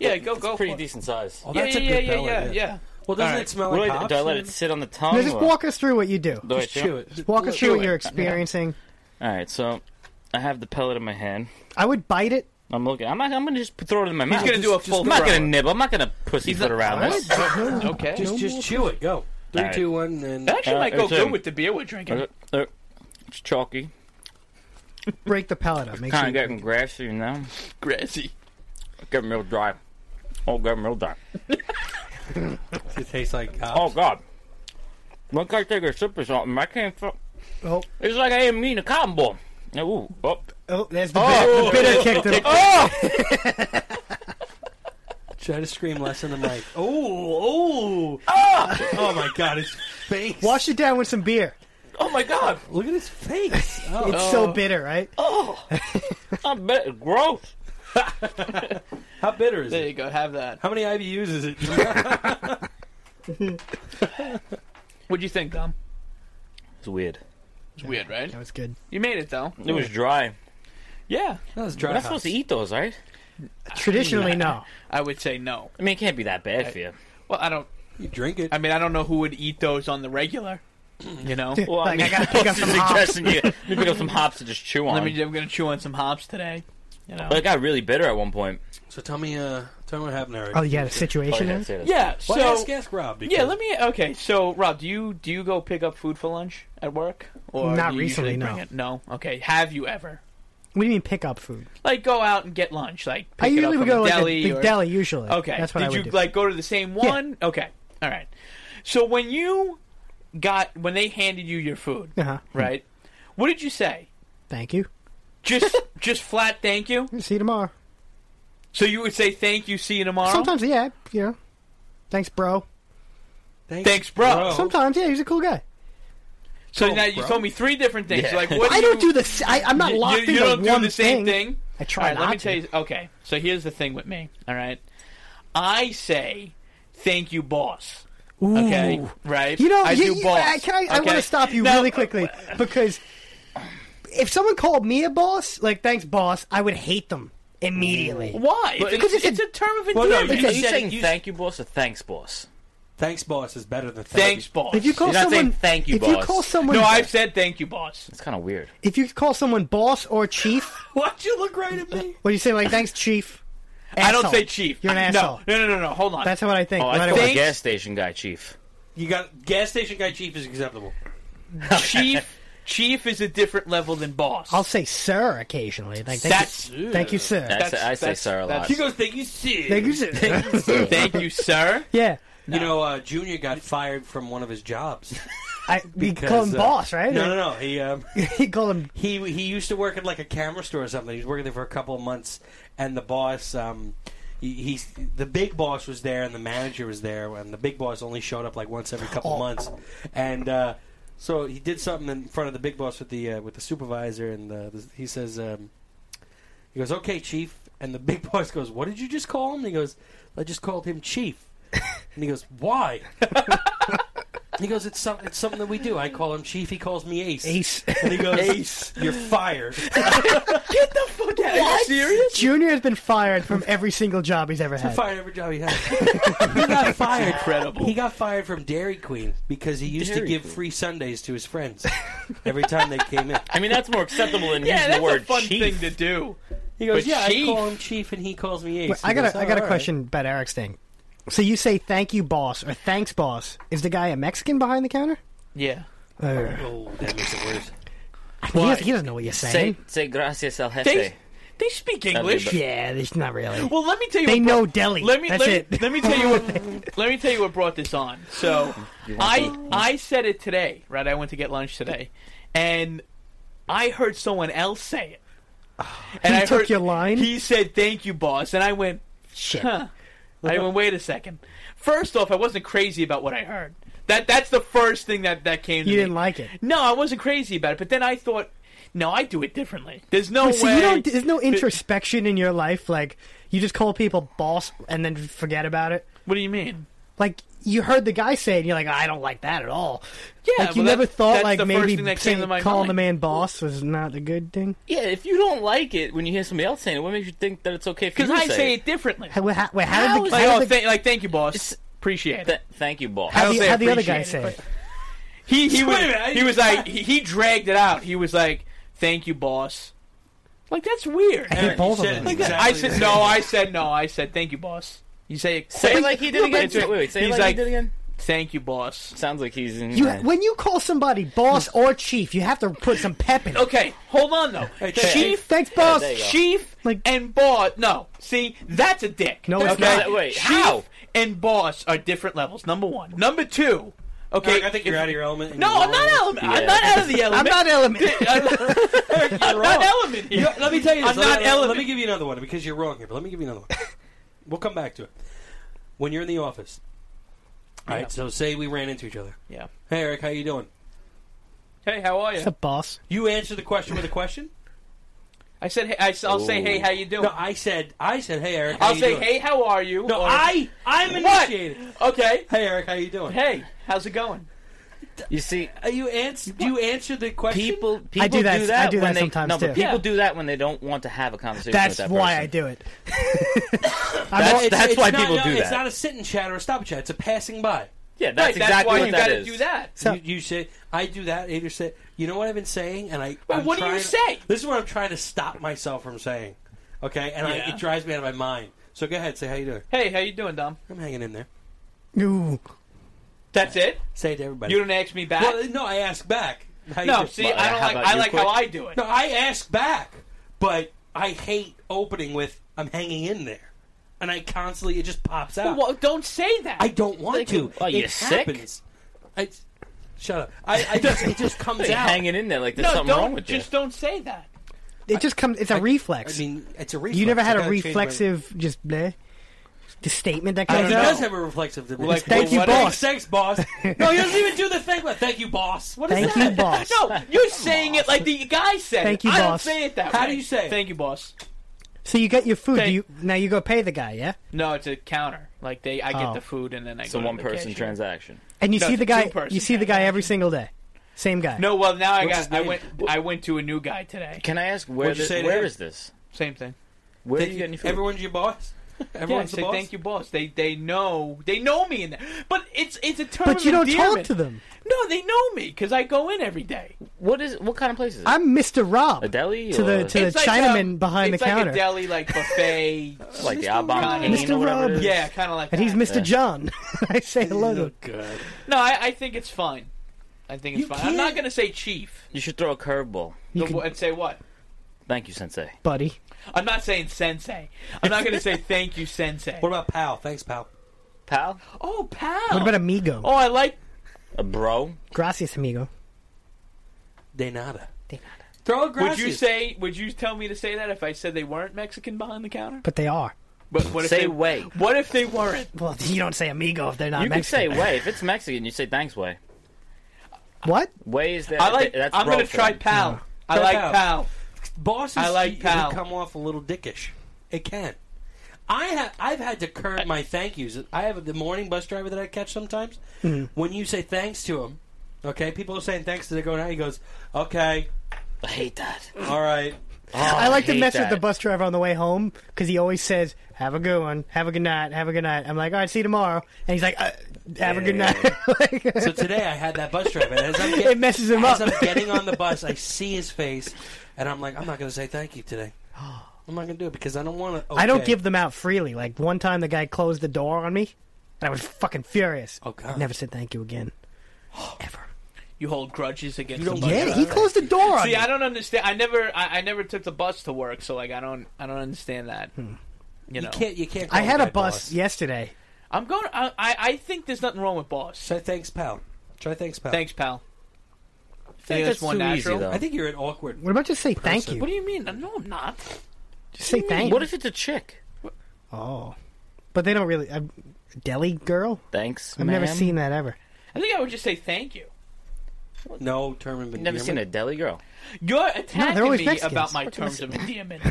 Yeah, go go.
Pretty
for it.
decent size.
Oh,
Yeah,
that's a
yeah,
good
yeah, yeah,
pellet,
yeah, yeah.
Well, doesn't
All
it smell
What
like
do, I,
hops?
do I let
then?
it sit on the tongue?
Now just
or-
walk us through what you do.
do I
Just chew it. Just
Walk us through
chew
what you're
it.
experiencing.
All right, so I have the pellet in my hand.
I would bite it.
I'm looking. I'm not. I'm gonna just throw it in my mouth.
He's gonna do a full
I'm not
throw.
gonna nibble. I'm not gonna pussyfoot
not-
around this.
Okay.
Just, just chew it. Go. Three,
All right.
two, one, and
that actually
Uh,
might go
it's,
good
um,
with the beer we're drinking.
Uh, It's chalky.
Break the pellet up. Make sure
Kind
you
of getting grassy now.
Grassy.
Getting real dry. Oh, getting real dry.
it tastes like
Oh
hops.
God. Once I take a sip of something, I can't. Fu-
Oh,
it's like I am eating a cotton ball. Ooh. Oh.
oh, there's the, oh. Bitter, the bitter kick. To,
oh!
Try to scream less in the mic. Oh, oh, oh my God! His face.
wash it down with some beer.
Oh my God.
Look at his face. Oh.
It's so bitter, right?
Oh.
I bet it's gross.
How bitter is
There
it?
you go. Have that.
How many IBUs is it?
What'd you think, Dom?
It's weird.
It's weird, right?
That was good.
You made it though.
It was dry.
Yeah.
that was
We're
dry.
not supposed to eat those, right?
Traditionally, no.
I would say no.
I mean, it can't be that bad for you.
Well, I don't.
You drink it.
I mean, I don't know who would eat those on the regular. You know.
Well,
Like, I gotta pick up
what's the
some hops.
suggestion you, you pick up some hops to just chew on.
Let me. I'm gonna chew on some hops today. You know.
But it got really bitter at one point.
so tell me, uh, tell me what happened, Eric.
Oh, you got a situation
yeah,
in?
yeah.
Well,
so
ask, ask Rob. Because
yeah. Let me. Okay. So Rob, do you do you go pick up food for lunch at work? Or
Not
do you usually
recently, no.
bring It? No. Okay. Have you ever?
What do you mean pick up food?
Like go out and get lunch. Like pick
I
it
usually
up
would
from
go
a
to like
deli
the, the
or-
deli usually.
Okay.
that's what
Did
I would
you
do.
like go to the same one? Okay. All right. So when you got when they handed you your food,
Uh-huh.
right? What did you say?
Thank you.
Just just flat thank you.
See you tomorrow.
So you would say thank you, see you tomorrow.
Sometimes, yeah, you know. Thanks, bro.
Thanks, bro.
Sometimes, yeah, he's a cool guy.
so
Oh,
now you
bro.
told me three different things.
Yeah.
Like what?
I don't
you,
do the. s- I, am not
you-
locked
you, you
into
don't
one
do the same thing.
I
All
try
right,
not
let me
to.
tell you. Okay, so here's the thing with me. All right, I say thank you, boss. Okay, right?
You know,
I
you,
do
you-
boss.
I, can I, I
okay?
want to stop you
Now-
really quickly because if someone called me a boss, like "thanks, boss," I would hate them immediately.
Why?
But-
Because it's, it's a term of
Well, no,
endearment.
Are
because
you
said
saying
you-
thank you, boss, or thanks, boss?
Thanks, boss is better than thank
Thanks, boss.
If you call
You're not saying
someone,
"Thank you,
if you
boss."
call someone,
no, I've said thank you, boss.
It's kind of weird.
if you call someone boss or chief,
Why'd you look right at me?
what do you say? Like "thanks, chief."
I don't
Asshole.
say chief.
You're an
No,
asshole.
No, no, no, no. Hold on.
That's what I think.
Oh,
right
I
away.
thought the
Thanks.
gas station guy, chief.
You got gas station guy chief is acceptable.
chief. Chief is a different level than boss.
I'll say "sir" occasionally. Like, thank
That's-
you, thank you, sir.
I say, I say
that's-
sir a lot.
that's-
He goes, thank you, Sid.
thank you, sir.
thank you, sir.
yeah,
You know, uh, Junior got fired from one of his jobs.
I we call him
Because, uh,
boss, right?
No, no, no. He um,
he called him
he he used to work at like a camera store or something. He was working there for a couple of months, and the boss, um, he, he's the big boss was there, and the manager was there, and the big boss only showed up like once every couple of months, and uh, so he did something in front of the big boss with the uh, with the supervisor, and the, the, he says, um, he goes, "Okay, chief," and the big boss goes, "What did you just call him?" And he goes, "I just called him chief," and he goes, "Why?" He goes, it's, some, it's something that we do. I call him Chief. He calls me Ace.
Ace.
And he goes, Ace, you're fired.
Are you serious?
Junior has been fired from every single job he's ever had.
fired every job he had. he got fired.
incredible.
He got fired from Dairy Queen because he used
Dairy
to give
Queen.
free Sundays to his friends every time they came in.
I mean, that's more acceptable than
Yeah,
using
that's
the word
a fun
chief.
thing to do.
He goes,
But
yeah,
Chief-
I call him Chief, and he calls me Ace.
Wait, I
He
got
goes,
a,
"Oh,
I got a
all right."
question about Eric's thing. So you say "thank you, boss" or "thanks, boss"? Is the guy a Mexican behind the counter?
Yeah.
Uh,
Oh, that makes it worse.
he, doesn't, he doesn't know what you're
Say,
saying.
say gracias al jefe.
They they speak
be
English.
better.
yeah, it's not really.
Well, let me tell you.
They
what brought-
know deli.
Let me
That's
let,
it.
let me tell you what. let me tell you what brought this on. So, I I said it today. Right, I went to get lunch today, and I heard someone else say it. And
He
I
took
heard,
your line?
He said, "Thank you, boss," and I went,
Shit.
Huh. I went, wait a second. First off, I wasn't crazy about what I heard. That that's the first thing that that came. to
You
me.
didn't like it.
No, I wasn't crazy about it. But then I thought, no, I do it differently. There's no
So
way.
you don't. There's no introspection in your life. Like you just call people boss and then forget about it.
What do you mean?
Like you heard the guy say it, and you're like, I don't like that at all.
Yeah,
like you
well,
never
that's-
thought
that's
like
the first
maybe
thing that came
saying,
to my
calling
mind.
the man boss was not a good thing.
Yeah, if you don't like it when you hear somebody else saying it, what makes you think that it's okay for you
Because
to
I say
it?
it differently.
How, how, wait, how did the,
Like,
how
oh,
did the-
thank, like thank you, boss. Appreciate it.
Th- thank you, boss.
I
How
don't
the,
say
how'd the other
appreciate
guy
it,
say
but-
it?
He he was
Wait a minute.
he was like he, he dragged it out. He was like, "Thank you, boss." Like that's weird.
I hate both of
said
them.
it exactly
I
the
said
same.
no. I said no. I said thank you, boss. You say it
Say
quick.
it like he did
No, but
again.
it's-
Wait, wait, say it
he's
like, he did again.
Thank you, boss.
Sounds like he's in.
You, when you call somebody boss or chief, you have to put some pep in it.
Okay, hold on though.
thanks.
Chief,
Thanks, boss.
there you go.
chief,
Like-
and boss. No, see, that's a dick.
No, it's
Okay?
not. Wait,
chief
how?
and boss are different levels. Number one. Number two. Okay,
Eric, I think
if-
you're out of your element. and
No,
you're
I'm not
wrong.
element.
Yeah.
I'm not out of the
I'm
element.
not element.
Eric, you're
I'm not
wrong.
element here.
You're- let me tell you this.
I'm
let,
not
let- Let
element.
me give you another one because you're wrong here. But let me give you another one. we'll come back to it. When you're in the office. All right.
Yeah.
So say we ran into each other.
Yeah.
Hey, Eric, how you doing?
Hey, how are
What's
you?
up, boss?
You answer the question with a question.
I said, hey, I, will say, hey, how you doing?
No, I said, I said, hey, Eric. How
I'll
you
say,
doing?
hey, how are you?
No,
Or-
I, I'm
What?
initiated.
Okay.
Hey, Eric, how you doing?
Hey, how's it going?
you see,
Are you answer? Do you answer the question?
people people
I do that- I do
when
that
they,
sometimes,
no,
too.
but people
Yeah.
do that when they don't want to have a conversation.
That's
with that
why
person.
I do it.
That's,
It's-
that's
it's
why
not-
people
no,
do
It's not
that.
a sit and chat or a stop and chat. It's a passing by.
Yeah, that's
right, that's
exactly
why
what
you
that
gotta
is.
do that.
So-
you, you say I do that. Either say, you know what I've been saying, and I.
Wait,
I'm
what do you
trying-
say?
This is what I'm trying to stop myself from saying. Okay, and I,
Yeah.
it drives me out of my mind. So go ahead, say how you doing.
Hey, how you doing, Dom?
I'm hanging in there.
Ooh.
That's it.
Say it to everybody.
You don't ask me back.
well, no, I ask back. How you
no,
doing?
see,
Well,
I don't
how
like.
about
I
you
like
quit?
how I do it.
No, I ask back, but I hate opening with "I'm hanging in there," and I constantly it just pops out.
Well, don't say that.
I don't want to.
are you
it
sick?
happens. I, shut up. I, I just it just comes
You're
out.
hanging in there like there's
no,
something
don't.
wrong with you.
just don't say that.
It just comes. It's a reflex.
I mean, it's a reflex.
you never had
I
a
gotta change my-
reflexive just bleh, just statement that
I
comes
he
know.
out.
does have a reflexive. debate.
Like,
Thank you,
what
boss.
Thanks, boss. No, he doesn't even do the thing. But thank you, boss. What is
Thank
that?
you, boss.
No, you're saying it like the guy said. it.
Thank you,
I don't
boss.
say it that way.
How do you say it?
Thank you, boss.
So you get your food.
Thank-
Do you now you go pay the guy, yeah,
No, it's a counter. Like they, I get
Oh.
the food and then I
it's a
go. to
one
the
person
cashier.
transaction.
and you
No,
see
it's
the
a
guy.
two-person
You see the guy every single day. Same guy.
No, well now I
What's his
got. I
name?
went. I went to a new guy today.
Can I ask where
What'd you
this,
say to
where
him?
is this?
Same thing.
Where
Thank
did you
you-
get any food?
Everyone's your boss.
Yeah,
Everyone's
say
the boss.
thank you, boss. They they know they know me in there, but it's it's a term.
but
of
you don't talk
endearment.
to them.
No, they know me because I go in every day.
what is what kind of place is it?
I'm Mister Rob
a deli
to the
or-
to the
It's like
Chinaman
a-
behind the
it's
counter,
like a deli like buffet.
like the
Mr.
Abba
Rob.
King
Mr.
or whatever it
Rob.
is?
yeah, kind of like.
and
that.
he's Mister
Yeah.
John. I say hello to.
Oh,
him.
God.
No, I, I think it's fine. I think it's
You
fine. I'm not
can't-
gonna say chief
You should throw a curveball.
You
The-
can,
and say what.
Thank you, Sensei.
buddy.
I'm not saying sensei. I'm not gonna say thank you, sensei.
What about pal? Thanks, pal.
Pal?
Oh, pal.
What about amigo?
Oh, I like.
A bro?
Gracias, amigo.
De nada.
De nada.
Throw a
Would
gracias.
you say? Would you tell me to say that if I said they weren't Mexican behind the counter?
But they are.
But what if
Say
they
way.
What if they weren't?
Well, you don't say amigo if they're not
you can say
Mexican.
way. If it's Mexican, you say thanks way.
what?
Way is that
I like.
that's
I'm
bro
gonna
for
try
them.
pal. I
Try
like
pal.
pal.
bosses?
I like
you- you
pal.
come off a little dickish. It can. I have. I've had to curb my thank yous. I have the morning bus driver that I catch sometimes.
Mm-hmm.
When you say thanks to him, okay, people are saying thanks to. They're going out. He goes, okay,
I hate that.
all right.
Oh,
I like to
hate
mess
that.
with the bus driver on the way home because he always says, "Have a good one, have a good night, have a good night." I'm like, "All right, see you tomorrow," and he's like, uh, "Have a good night." Like,
So today I had that bus driver. And as I'm
it
getting,
messes him
as
up.
I'm getting on the bus, I see his face, and I'm like, I'm not going to say thank you today. I'm not going to do it because I don't want to. Okay.
I don't give them out freely. Like one time, the guy closed the door on me, and I was fucking furious.
Oh, God.
Never said thank you again, ever.
You hold grudges against.
You don't
the bus
get it. God.
Yeah,
driver.
he closed the door on
See,
me.
I don't understand. I never, I, I never took the bus to work, so like, I don't, I don't understand that. You know,
Hmm. You can't. You can't.
I
call
had
the
a
guy
bus
boss.
yesterday.
I'm going. I, I, I think there's nothing wrong with boss.
Try thanks, pal. Try thanks, pal.
Thanks, pal.
I think
that's
that's
one
too
natural.
easy though.
I think you're an awkward.
What about just say thank
Person.
you?
What do you mean? No, I'm not.
just say thank.
what if it's a chick?
Oh, but they don't really. A deli girl?
Thanks,
I've
ma'am.
never seen that ever.
I think I would just say thank you.
No term of
I've never seen a deli girl.
You're attacking
always
me
Mexicans.
about my
Fucking
terms of endearment.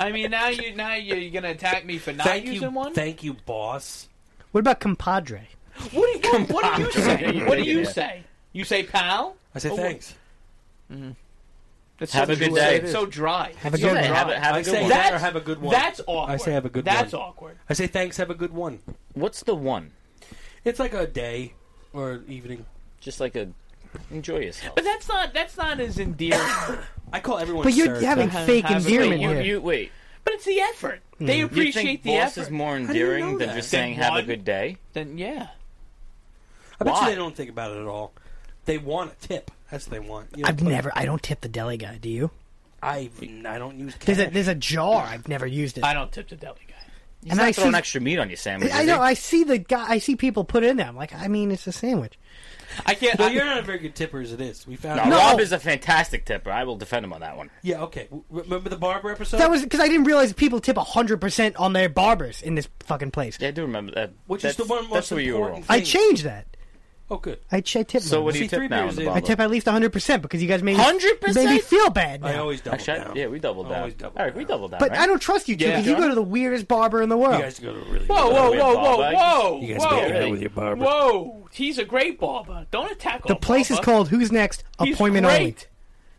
I mean, now you, now you're, you're gonna attack me for not
Thank
using
you,
one.
thank you, boss.
What about compadre?
what, do you, what, what do you say?
You're
What do
taking
you
it.
say? You say pal.
I say
Oh,
thanks.
That's
Have
so
a good
dry.
day.
It's so dry.
Have a
Yeah,
good one.
have a, have a
I
good
say
one.
that-
That's,
or have a good one.
That's awkward.
I say have a good
That's
one.
awkward.
I say thanks. Have a good one.
What's the one?
It's like a day or evening.
Just like a enjoy yourself.
But that's not that's not as endearing.
I call everyone.
But you're
sir,
having
so-
fake
Have a-
endearment
wait, you,
here.
you wait.
but it's the effort. They
You
appreciate
think
the
boss
effort.
is more
do you
endearing
know
than
that?
just
Then
saying have a
one-
good day?
then yeah.
I bet
Why?
you they don't think about it at all. They want a tip. That's what they want. You know,
I've never. I don't tip the deli guy. Do you?
I I don't use.
There's
Cash.
a there's a jar. I've never used it.
I don't tip the deli guy.
He's
And
not
I
throwing
see-
extra meat on your sandwich.
I
is
know.
he?
I see the guy. I see people put it in there. I'm like, I mean, it's a sandwich.
I can't.
well,
I-
you're not a very good tipper as it is. We found.
No,
out.
Rob is a fantastic tipper. I will defend him on that one.
Yeah. Okay. W- Remember the barber episode?
That was because I didn't realize people tip hundred percent on their barbers in this fucking place.
Yeah, I do remember that.
Which is
that's,
the one most
that's where you were wrong.
important
I
thing.
changed that.
Oh, good.
I, ch- I tip.
So
mine.
what do you
See,
tip
three
now?
beers
In the
in.
bar,
I
though?
tip at least hundred percent because you guys made me
100%?
made me feel bad.
I
now.
always double
Actually, I-
down.
yeah, we doubled down.
Always double
Eric, we
down.
doubled down.
but
right?
I don't trust you two
Yeah.
because you go to the weirdest barber in the world.
You guys go to really.
Whoa, whoa,
Weird
whoa,
barber.
whoa,
You guys
whoa,
beat
go
it.
whoa,
with your barber.
whoa! He's a great barber. Don't attack
the
old
place is
barber.
called Who's Next
He's
Appointment
great.
Only.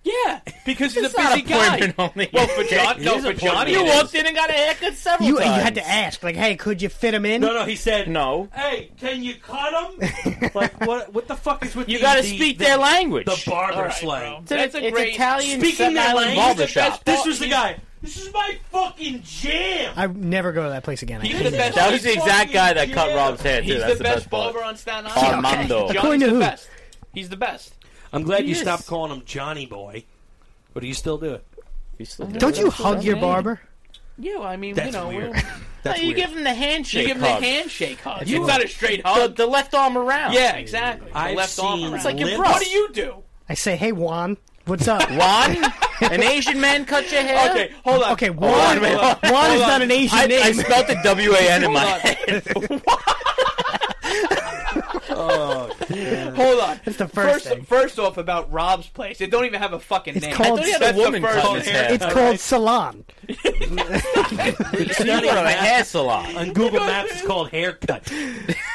Yeah, because he's a
It's not
busy guy.
appointment only.
Well, for John,
It
no,
is
for John,
appointment
you
only.
walked in and got a haircut several
You, you
times.
had to ask like, hey, could you fit him in?
No, no. He said
No.
Hey, can you cut him? like what? What the fuck is with
You
the-
got to
the-
speak
the-
their language.
The barber
All right,
slang.
bro. That's a
it's
great-
Italian
Speaking
Staten
their
Island
language,
barber
the best
shop.
This was the guy. This is my fucking jam.
I never go to that place again. I
He's
hate
the
it.
best.
That was the exact guy that cut
Yeah.
Rob's hair too.
He's
That's
the
best,
best
part.
barber on Staten Island.
Armando.
Johnny's
According to
the
who?
best. He's the best.
I'm glad
He
you
is.
stopped calling him Johnny Boy. But do you still do it?
You still do
Don't
that?
you hug your
Hey.
barber?
Yeah, well, I mean,
That's
you know,
weird.
we're-
No,
That's
you
weird.
give him the handshake.
you give him
hug.
a handshake hug.
You-
it's not a straight
The,
hug.
the left arm around.
yeah, exactly. The
I've
left arm
seen
around.
It's like
your
lips.
bro.
What do you do?
I say, hey Juan, what's up?
Juan, an Asian man cut your hair.
Okay, hold on.
Okay,
Hold
Juan.
on, wait,
Juan
hold on.
is
Hold
not
on.
an Asian
I,
name.
I spelled the W A N in my
Hold on.
head.
Hold on. That's
the first thing.
first off, about Rob's place, it don't even have a fucking
It's
name.
called-
I thought he had
That's
a
the woman
first
cutting his
name.
hair.
it's called Salon.
It's not even a hair salon.
On Google Maps, it's called haircut.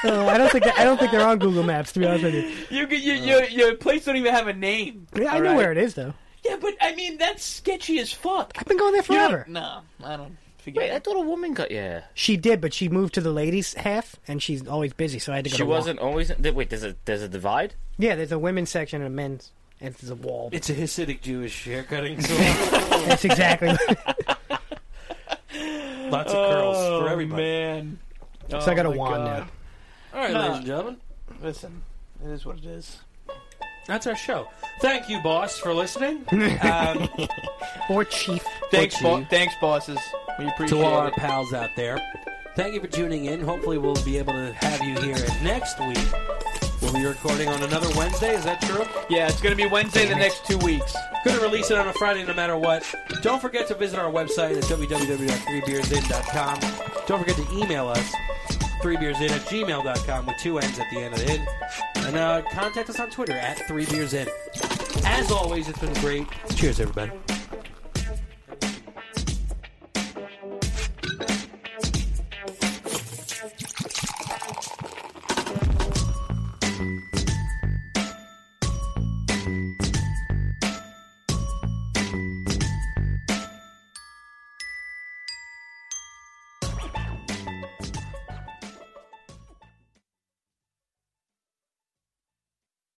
Uh, I don't think that, I don't think they're on Google Maps. To be honest with you,
You, can- you, your, your place don't even have a name.
yeah, I
All
know
right?
where it is though.
Yeah, but I mean that's sketchy as fuck.
I've been going there
You don't-
forever.
No, I don't. Forget
Wait, I
it.
thought a woman cut your hair.
She did, but she moved to the ladies' half, and she's always busy, so I had to go.
She
to Juan.
wasn't always. th- Wait, there's a there's a divide.
Yeah, there's a women's section and a men's. And there's a wall.
It's a Hasidic Jewish haircutting salon.
That's exactly.
Lots of curls for everybody.
Oh, man.
so
Oh
I got a wand now.
All right,
No.
ladies and gentlemen,
Listen, it is what it is.
that's our show. Thank you, boss, for listening. Um,
Or chief.
Thanks,
What you-
bo- thanks, bosses. We appreciate
to all our
it.
pals out there, thank you for tuning in. Hopefully, we'll be able to have you here next week. We'll be recording on another Wednesday. Is that true?
Yeah, it's gonna be Wednesday the next two weeks.
Gonna release it on a Friday no matter what. Don't forget to visit our website at www.3beersin.com. Don't forget to email us, 3beersin at gmail.com with two N's at the end of the in. And uh, contact us on Twitter at 3beersin. As always, it's been great. Cheers, everybody.